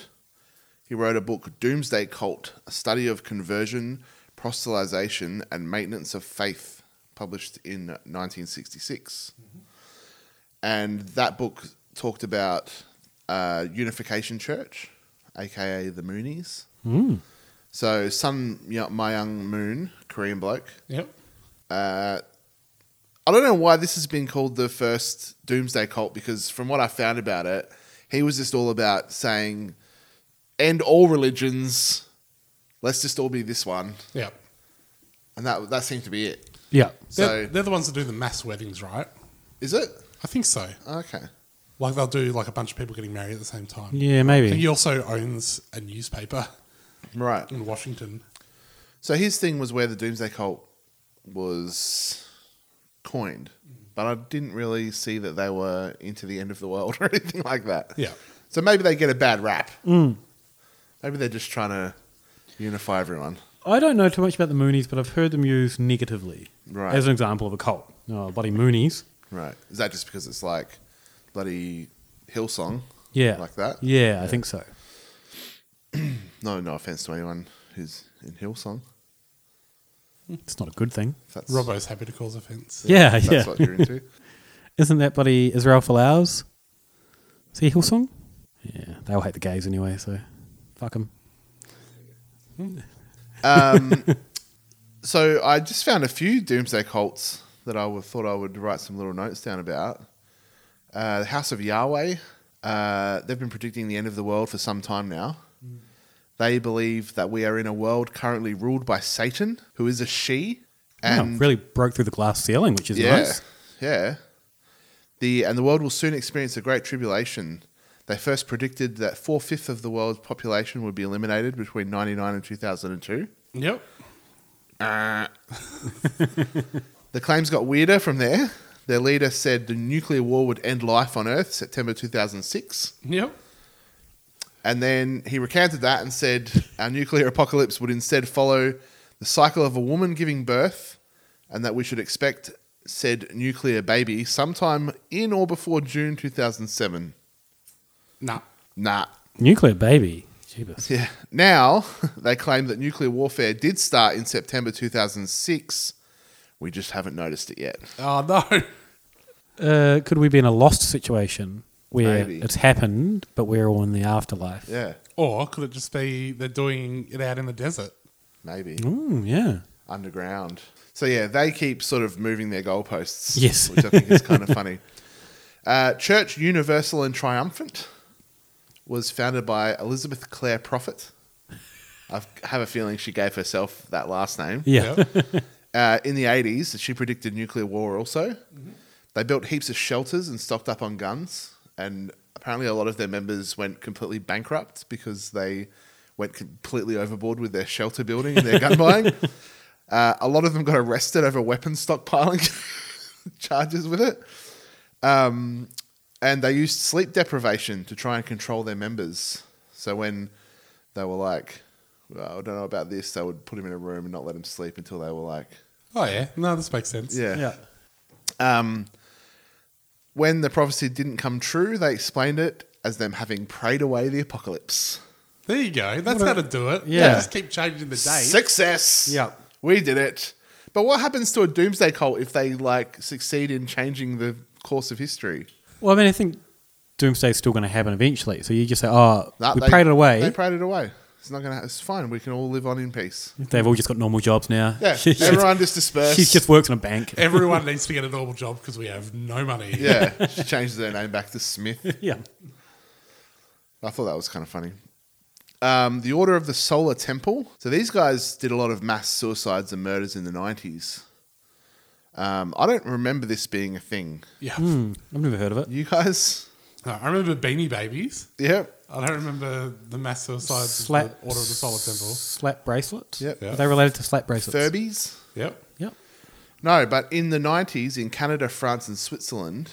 [SPEAKER 6] He wrote a book, Doomsday Cult: A Study of Conversion, Proselytization, and Maintenance of Faith, published in 1966. And that book talked about uh, Unification Church, aka the Moonies.
[SPEAKER 5] Mm.
[SPEAKER 6] So Sun Myung- My Young Moon, Korean bloke.
[SPEAKER 4] Yep.
[SPEAKER 6] Uh, I don't know why this has been called the first Doomsday Cult because from what I found about it, he was just all about saying, end all religions. Let's just all be this one.
[SPEAKER 4] Yep.
[SPEAKER 6] And that that seemed to be it.
[SPEAKER 5] Yeah.
[SPEAKER 4] They're,
[SPEAKER 6] So
[SPEAKER 4] they're the ones that do the mass weddings, right?
[SPEAKER 6] Is it?
[SPEAKER 4] I think so.
[SPEAKER 6] Okay.
[SPEAKER 4] Like they'll do like a bunch of people getting married at the same time.
[SPEAKER 5] Yeah, maybe.
[SPEAKER 4] And he also owns a newspaper
[SPEAKER 6] right
[SPEAKER 4] in Washington.
[SPEAKER 6] So his thing was where the Doomsday Cult was coined, but I didn't really see that they were into the end of the world or anything like that.
[SPEAKER 4] Yeah.
[SPEAKER 6] So maybe they get a bad rap.
[SPEAKER 5] Mm.
[SPEAKER 6] Maybe they're just trying to unify everyone.
[SPEAKER 5] I don't know too much about the Moonies, but I've heard them used negatively
[SPEAKER 6] Right.
[SPEAKER 5] as an example of a cult. Oh, bloody Moonies.
[SPEAKER 6] Right. Is that just because it's like bloody Hillsong?
[SPEAKER 5] Yeah.
[SPEAKER 6] Like that?
[SPEAKER 5] Yeah, I think so.
[SPEAKER 6] No, no offense to anyone who's in Hillsong.
[SPEAKER 5] It's not a good thing.
[SPEAKER 6] If That's,
[SPEAKER 4] Robbo's happy to cause offence.
[SPEAKER 5] Yeah,
[SPEAKER 6] if
[SPEAKER 5] yeah.
[SPEAKER 6] That's what you're into.
[SPEAKER 5] Isn't that bloody Israel Folau's? Is he Hillsong? Yeah, they all hate the gays anyway, so fuck them.
[SPEAKER 6] Um, so I just found a few doomsday cults that I would, thought I would write some little notes down about. Uh, the House of Yahweh. Uh, they've been predicting the end of the world for some time now. They believe that we are in a world currently ruled by Satan, who is a she,
[SPEAKER 5] Wow,
[SPEAKER 6] and
[SPEAKER 5] Oh, really broke through the glass ceiling, which is
[SPEAKER 6] yeah,
[SPEAKER 5] nice.
[SPEAKER 6] yeah. The and the world will soon experience a great tribulation. They first predicted that four fifths of the world's population would be eliminated between ninety nine and two thousand and two.
[SPEAKER 4] Yep.
[SPEAKER 6] Uh. the claims got weirder from there. Their leader said the nuclear war would end life on Earth, September 2006.
[SPEAKER 4] Yep.
[SPEAKER 6] And then he recanted that and said our nuclear apocalypse would instead follow the cycle of a woman giving birth and that we should expect said nuclear baby sometime in or before June 2007.
[SPEAKER 4] Nah.
[SPEAKER 6] Nah.
[SPEAKER 5] Nuclear baby. Jeebus.
[SPEAKER 6] Yeah. Now they claim that nuclear warfare did start in September 2006. We just haven't noticed it yet.
[SPEAKER 4] Oh no.
[SPEAKER 5] Uh, could we be in a lost situation where
[SPEAKER 6] Maybe.
[SPEAKER 5] it's happened, but we're all in the afterlife?
[SPEAKER 6] Yeah,
[SPEAKER 4] Or could it just be they're doing it out in the desert?
[SPEAKER 6] maybe
[SPEAKER 5] Ooh, yeah.
[SPEAKER 6] underground. So yeah, they keep sort of moving their goalposts.
[SPEAKER 5] Yes.
[SPEAKER 6] which I think is kind of funny. Uh, Church Universal and Triumphant was founded by Elizabeth Clare Prophet. I have a feeling she gave herself that last name.
[SPEAKER 5] Yeah.
[SPEAKER 6] uh, in the 80s, she predicted nuclear war also. They built heaps of shelters and stocked up on guns. And apparently, a lot of their members went completely bankrupt because they went completely overboard with their shelter building and their gun buying. Uh, a lot of them got arrested over weapons stockpiling charges with it. Um, and they used sleep deprivation to try and control their members. So when they were like, well, I don't know about this, they would put him in a room and not let him sleep until they were like,
[SPEAKER 4] Oh yeah. No, this makes sense.
[SPEAKER 6] yeah. Um, when the prophecy didn't come true, they explained it as them having prayed away the apocalypse.
[SPEAKER 4] There you go. That's how to do it.
[SPEAKER 6] Yeah.
[SPEAKER 4] Just keep changing the date.
[SPEAKER 6] Success.
[SPEAKER 4] Yeah.
[SPEAKER 6] We did it. But what happens to a doomsday cult if they like succeed in changing the course of history?
[SPEAKER 5] Well, I mean, I think doomsday's still going to happen eventually. So you just say, oh,
[SPEAKER 6] Nah,
[SPEAKER 5] we
[SPEAKER 6] they-
[SPEAKER 5] prayed it away.
[SPEAKER 6] They prayed it away. It's not gonna. It's fine. We can all live on in peace.
[SPEAKER 5] They've all just got normal jobs now.
[SPEAKER 6] Yeah,
[SPEAKER 5] She's-
[SPEAKER 6] everyone just dispersed.
[SPEAKER 5] She just works in a bank.
[SPEAKER 4] Everyone needs to get a normal job because we have no money.
[SPEAKER 6] Yeah, she changed their name back to Smith.
[SPEAKER 5] yeah.
[SPEAKER 6] I thought that was kind of funny. Um, the Order of the Solar Temple. So these guys did a lot of mass suicides and murders in the 90s. Um, I don't remember this being a thing.
[SPEAKER 4] Yeah.
[SPEAKER 5] Hmm, I've never heard of it.
[SPEAKER 6] You guys?
[SPEAKER 4] Uh, I remember Beanie Babies.
[SPEAKER 6] Yep.
[SPEAKER 4] I don't remember the mass suicides
[SPEAKER 5] Slap-
[SPEAKER 4] of the Order of the Solar Temple.
[SPEAKER 5] Slap bracelet?
[SPEAKER 6] Yep.
[SPEAKER 5] Are they related to slap bracelets?
[SPEAKER 6] Furbies?
[SPEAKER 4] Yep.
[SPEAKER 5] Yep.
[SPEAKER 6] No, but in the 90s in Canada, France, and Switzerland,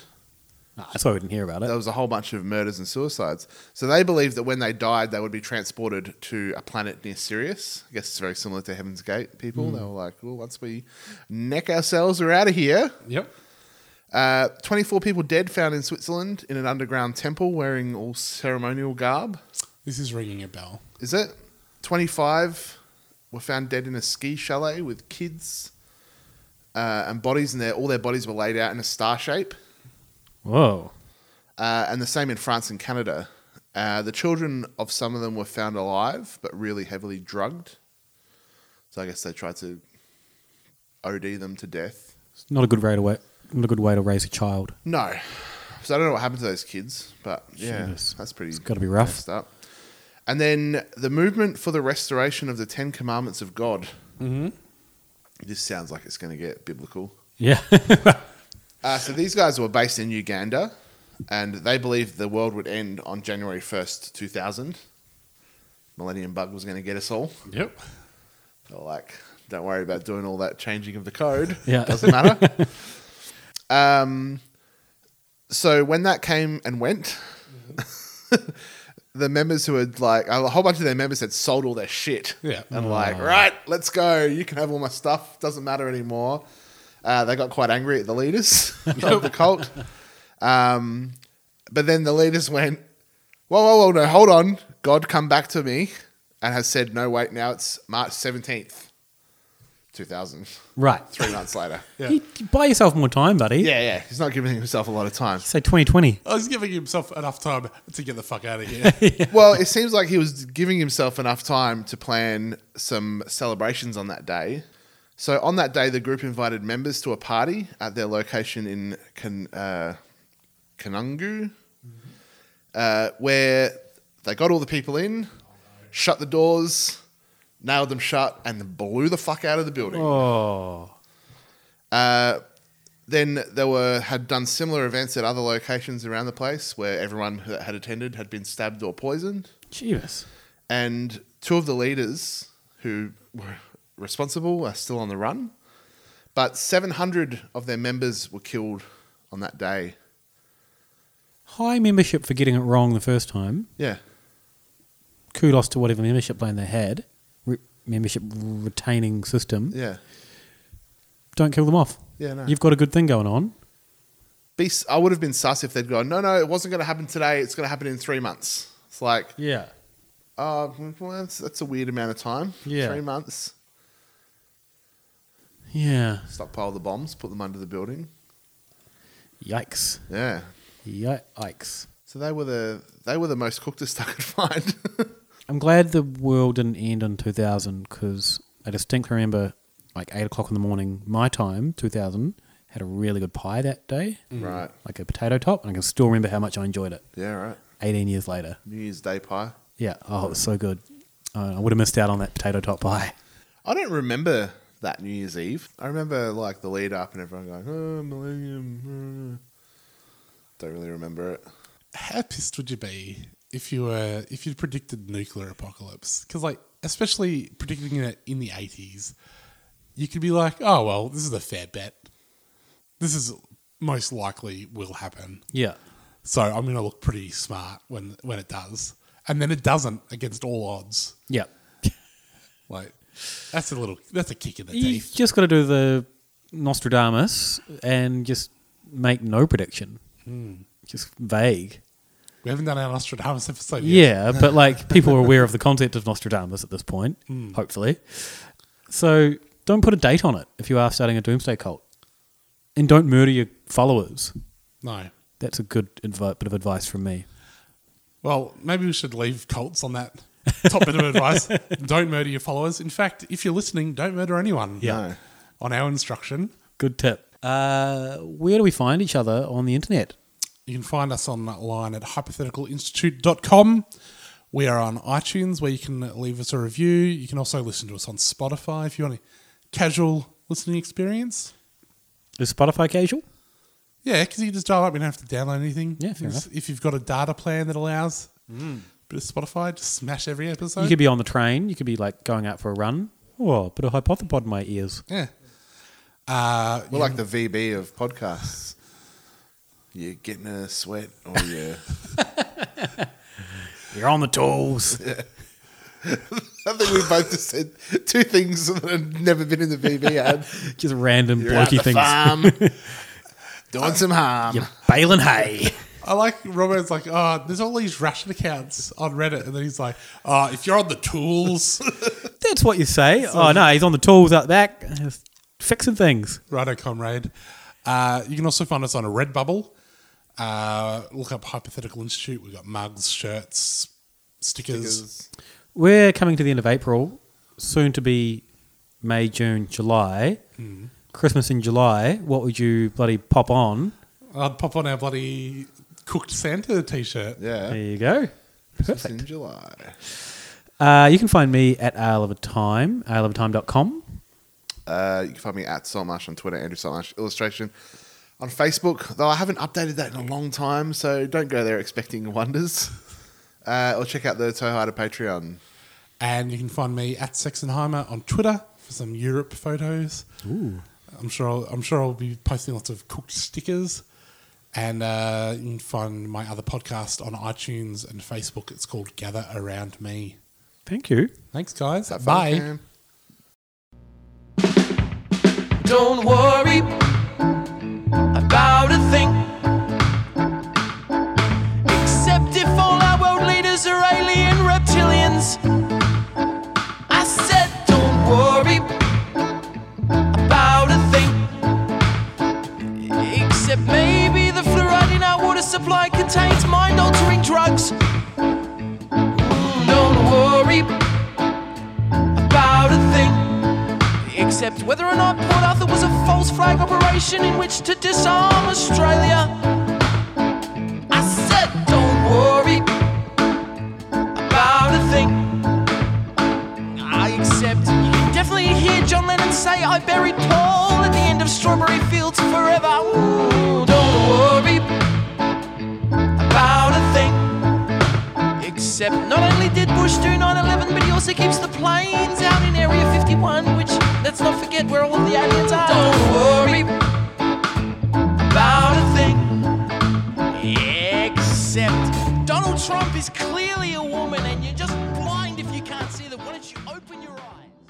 [SPEAKER 5] That's why we didn't hear about it.
[SPEAKER 6] There was a whole bunch of murders and suicides. So they believed that when they died, they would be transported to a planet near Sirius. I guess it's very similar to Heaven's Gate people.
[SPEAKER 5] Hmm.
[SPEAKER 4] Mm.
[SPEAKER 6] They were like, well, once we neck ourselves, we're out of here.
[SPEAKER 4] Yep.
[SPEAKER 6] Uh, 24 people dead found in Switzerland in an underground temple wearing all ceremonial garb.
[SPEAKER 4] This is ringing a bell.
[SPEAKER 6] Is it? 25 were found dead in a ski chalet with kids uh, and bodies, and their, all their bodies were laid out in a star shape.
[SPEAKER 5] Whoa.
[SPEAKER 6] Uh, and the same in France and Canada. Uh, the children of some of them were found alive, but really heavily drugged. So I guess they tried to OD them to death.
[SPEAKER 5] It's not a good way to wa- not a good way to raise a child.
[SPEAKER 6] No. So I don't know what happened to those kids, but yeah,
[SPEAKER 5] Jeez.
[SPEAKER 6] that's pretty.
[SPEAKER 5] It's gotta be rough.
[SPEAKER 6] messed up. And then the movement for the restoration of the Ten Commandments of God. Mm-hmm. This sounds like it's going to get biblical.
[SPEAKER 5] Yeah.
[SPEAKER 6] Uh, so these guys were based in Uganda, and they believed the world would end on January first, two thousand. Millennium bug was going to get us all.
[SPEAKER 4] Yep.
[SPEAKER 6] They're like, don't worry about doing all that changing of the code.
[SPEAKER 5] Yeah.
[SPEAKER 6] doesn't matter. um, so when that came and went, the members who had like a whole bunch of their members had sold all their shit.
[SPEAKER 4] Yeah.
[SPEAKER 6] and like,
[SPEAKER 4] Oh.
[SPEAKER 6] right, let's go. You can have all my stuff. Doesn't matter anymore. Uh, they got quite angry at the leaders of the cult. Um, but then the leaders went, whoa, whoa, whoa, no, hold on. God come back to me and has said, no, wait, now it's March 17th, 2000.
[SPEAKER 5] Right.
[SPEAKER 6] Three months later.
[SPEAKER 5] You, you buy yourself more time, buddy.
[SPEAKER 6] Yeah, yeah. He's not giving himself a lot of time.
[SPEAKER 5] Say 2020.
[SPEAKER 4] Oh, he's giving himself enough time to get the fuck out of here.
[SPEAKER 6] Well, it seems like he was giving himself enough time to plan some celebrations on that day. So on that day, the group invited members to a party at their location in kan- uh, Kanungu, uh, where they got all the people in, shut the doors, nailed them shut, and blew the fuck out of the building.
[SPEAKER 5] Oh.
[SPEAKER 6] Uh, then there were had done similar events at other locations around the place where everyone that had attended had been stabbed or poisoned.
[SPEAKER 5] Jeebus.
[SPEAKER 6] And two of the leaders who were responsible are still on the run, but 700 of their members were killed on that day.
[SPEAKER 5] High membership for getting it wrong the first time.
[SPEAKER 6] Yeah.
[SPEAKER 5] Kudos to whatever membership plan they had, re- membership retaining system.
[SPEAKER 6] Yeah.
[SPEAKER 5] Don't kill them off.
[SPEAKER 6] Yeah, no.
[SPEAKER 5] You've got a good thing going on.
[SPEAKER 6] Be, I would have been sus if they'd gone, no, no, it wasn't going to happen today. It's going to happen in three months. It's like,
[SPEAKER 5] yeah,
[SPEAKER 6] uh, well, that's, that's a weird amount of time.
[SPEAKER 5] Yeah.
[SPEAKER 6] three months.
[SPEAKER 5] Yeah.
[SPEAKER 6] Stockpile the bombs, put them under the building.
[SPEAKER 5] Yikes.
[SPEAKER 6] Yeah.
[SPEAKER 5] Yikes.
[SPEAKER 6] So they were the they were the most cookedest I could find.
[SPEAKER 5] I'm glad the world didn't end in 2000 because I distinctly remember, like eight o'clock in the morning, my time, 2000, had a really good pie that day.
[SPEAKER 6] Mm. Right.
[SPEAKER 5] Like a potato top, and I can still remember how much I enjoyed it.
[SPEAKER 6] Yeah, right.
[SPEAKER 5] 18 years later.
[SPEAKER 6] New Year's Day pie.
[SPEAKER 5] Yeah. Oh, it was so good. Uh, I would have missed out on that potato top pie.
[SPEAKER 6] I don't remember that New Year's Eve. I remember like the lead up and everyone going, "Oh, Millennium." uh." Don't really remember it.
[SPEAKER 4] How pissed would you be if you were if you'd predicted nuclear apocalypse? Because like, especially predicting it in the eighties, you could be like, oh well, this is a fair bet. This is most likely will happen.
[SPEAKER 5] Yeah.
[SPEAKER 4] So I'm going to look pretty smart when when it does, and then it doesn't against all odds.
[SPEAKER 5] Yeah.
[SPEAKER 4] Like, that's a little that's a kick in the teeth.
[SPEAKER 5] You've just got to do the Nostradamus and just make no prediction.
[SPEAKER 4] Hmm.
[SPEAKER 5] Just vague.
[SPEAKER 4] We haven't done our Nostradamus episode
[SPEAKER 5] Yeah,
[SPEAKER 4] yet.
[SPEAKER 5] Uh, but like people are aware of the concept of Nostradamus at this point,
[SPEAKER 6] Hmm.
[SPEAKER 4] Mm.
[SPEAKER 5] hopefully. So don't put a date on it if you are starting a doomsday cult, and don't murder your followers.
[SPEAKER 4] No.
[SPEAKER 5] that's a good advi- bit of advice from me.
[SPEAKER 4] Well, maybe we should leave cults on that top bit of advice. Don't murder your followers. In fact, if you're listening, don't murder anyone.
[SPEAKER 5] Yeah. No.
[SPEAKER 4] On our instruction,
[SPEAKER 5] Good tip. Uh, where do we find each other on the internet?
[SPEAKER 4] you can find us online at hypotheticalinstitute.com. We are on iTunes where you can leave us a review. You can also listen to us on Spotify if you want a casual listening experience.
[SPEAKER 5] Is Spotify casual?
[SPEAKER 4] Yeah, because you can just dial up. You don't have to download anything. Yeah,
[SPEAKER 5] fair enough.
[SPEAKER 4] If you've got a data plan that allows a bit of Spotify, just smash every episode.
[SPEAKER 5] You could be on the train. You could be like going out for a run. Oh, a bit of hypothepod in my ears.
[SPEAKER 4] Yeah. Uh,
[SPEAKER 6] We're like the VB of podcasts. you're getting a sweat or you're
[SPEAKER 5] You're on the tools.
[SPEAKER 6] I think we both just said two things that had never been in the VB ad.
[SPEAKER 5] Just random
[SPEAKER 6] You're out
[SPEAKER 5] blokey
[SPEAKER 6] the
[SPEAKER 5] things.
[SPEAKER 6] farm, doing some harm.
[SPEAKER 5] You're baling hay.
[SPEAKER 4] I like Robert's like, oh, there's all these ration accounts on Reddit, and then he's like, oh, if you're on the tools,
[SPEAKER 5] That's what you say.
[SPEAKER 4] So-
[SPEAKER 5] oh no, he's on the tools out back, just fixing things.
[SPEAKER 4] righto, comrade. Uh, you can also find us on a Redbubble. Uh, look up Hypothetical Institute. We've got mugs, shirts, stickers.
[SPEAKER 5] We're coming to the end of April, soon to be May, June, July.
[SPEAKER 4] Mm.
[SPEAKER 5] Christmas in July. What would you bloody pop on?
[SPEAKER 4] I'd pop on our bloody cooked Santa t-shirt.
[SPEAKER 6] Yeah.
[SPEAKER 5] There you go.
[SPEAKER 6] Just in July.
[SPEAKER 5] Uh, you can find me at Isle of a Time, isleofatime.com.
[SPEAKER 6] Uh, you can find me at Saltmarsh on Twitter, Andrew Saltmarsh Illustration on Facebook. Though I haven't updated that in a long time, so don't go there expecting wonders. Uh, or check out the Tohida Patreon.
[SPEAKER 4] And you can find me at Sexenheimer on Twitter for some Europe photos.
[SPEAKER 5] Ooh.
[SPEAKER 4] I'm sure I'll, I'm sure I'll be posting lots of cooked stickers. And uh, you can find my other podcast on iTunes and Facebook. It's called Gather Around Me.
[SPEAKER 5] Thank you.
[SPEAKER 4] Thanks, guys.
[SPEAKER 6] Have fun,
[SPEAKER 4] Bye.
[SPEAKER 6] Cam.
[SPEAKER 10] Don't worry about a thing. Except if all our world leaders are alien reptilians. I said, don't worry about a thing. Except maybe the fluoride in our water supply contains mind altering drugs. Mm, Don't worry about a thing. Except whether or not Port Arthur was a false flag operation in which to disarm Australia. I said, don't worry about a thing. I accept. You can definitely hear John Lennon say, I buried Paul at the end of Strawberry Fields forever. Ooh, don't worry about a thing. Except not only did Bush do 9-11, but he also keeps the planes out in Area 51, which let's not forget where all of the aliens are. Don't worry about a thing. Except Donald Trump is clearly a woman and you're just blind if you can't see them. Why don't you open your eyes?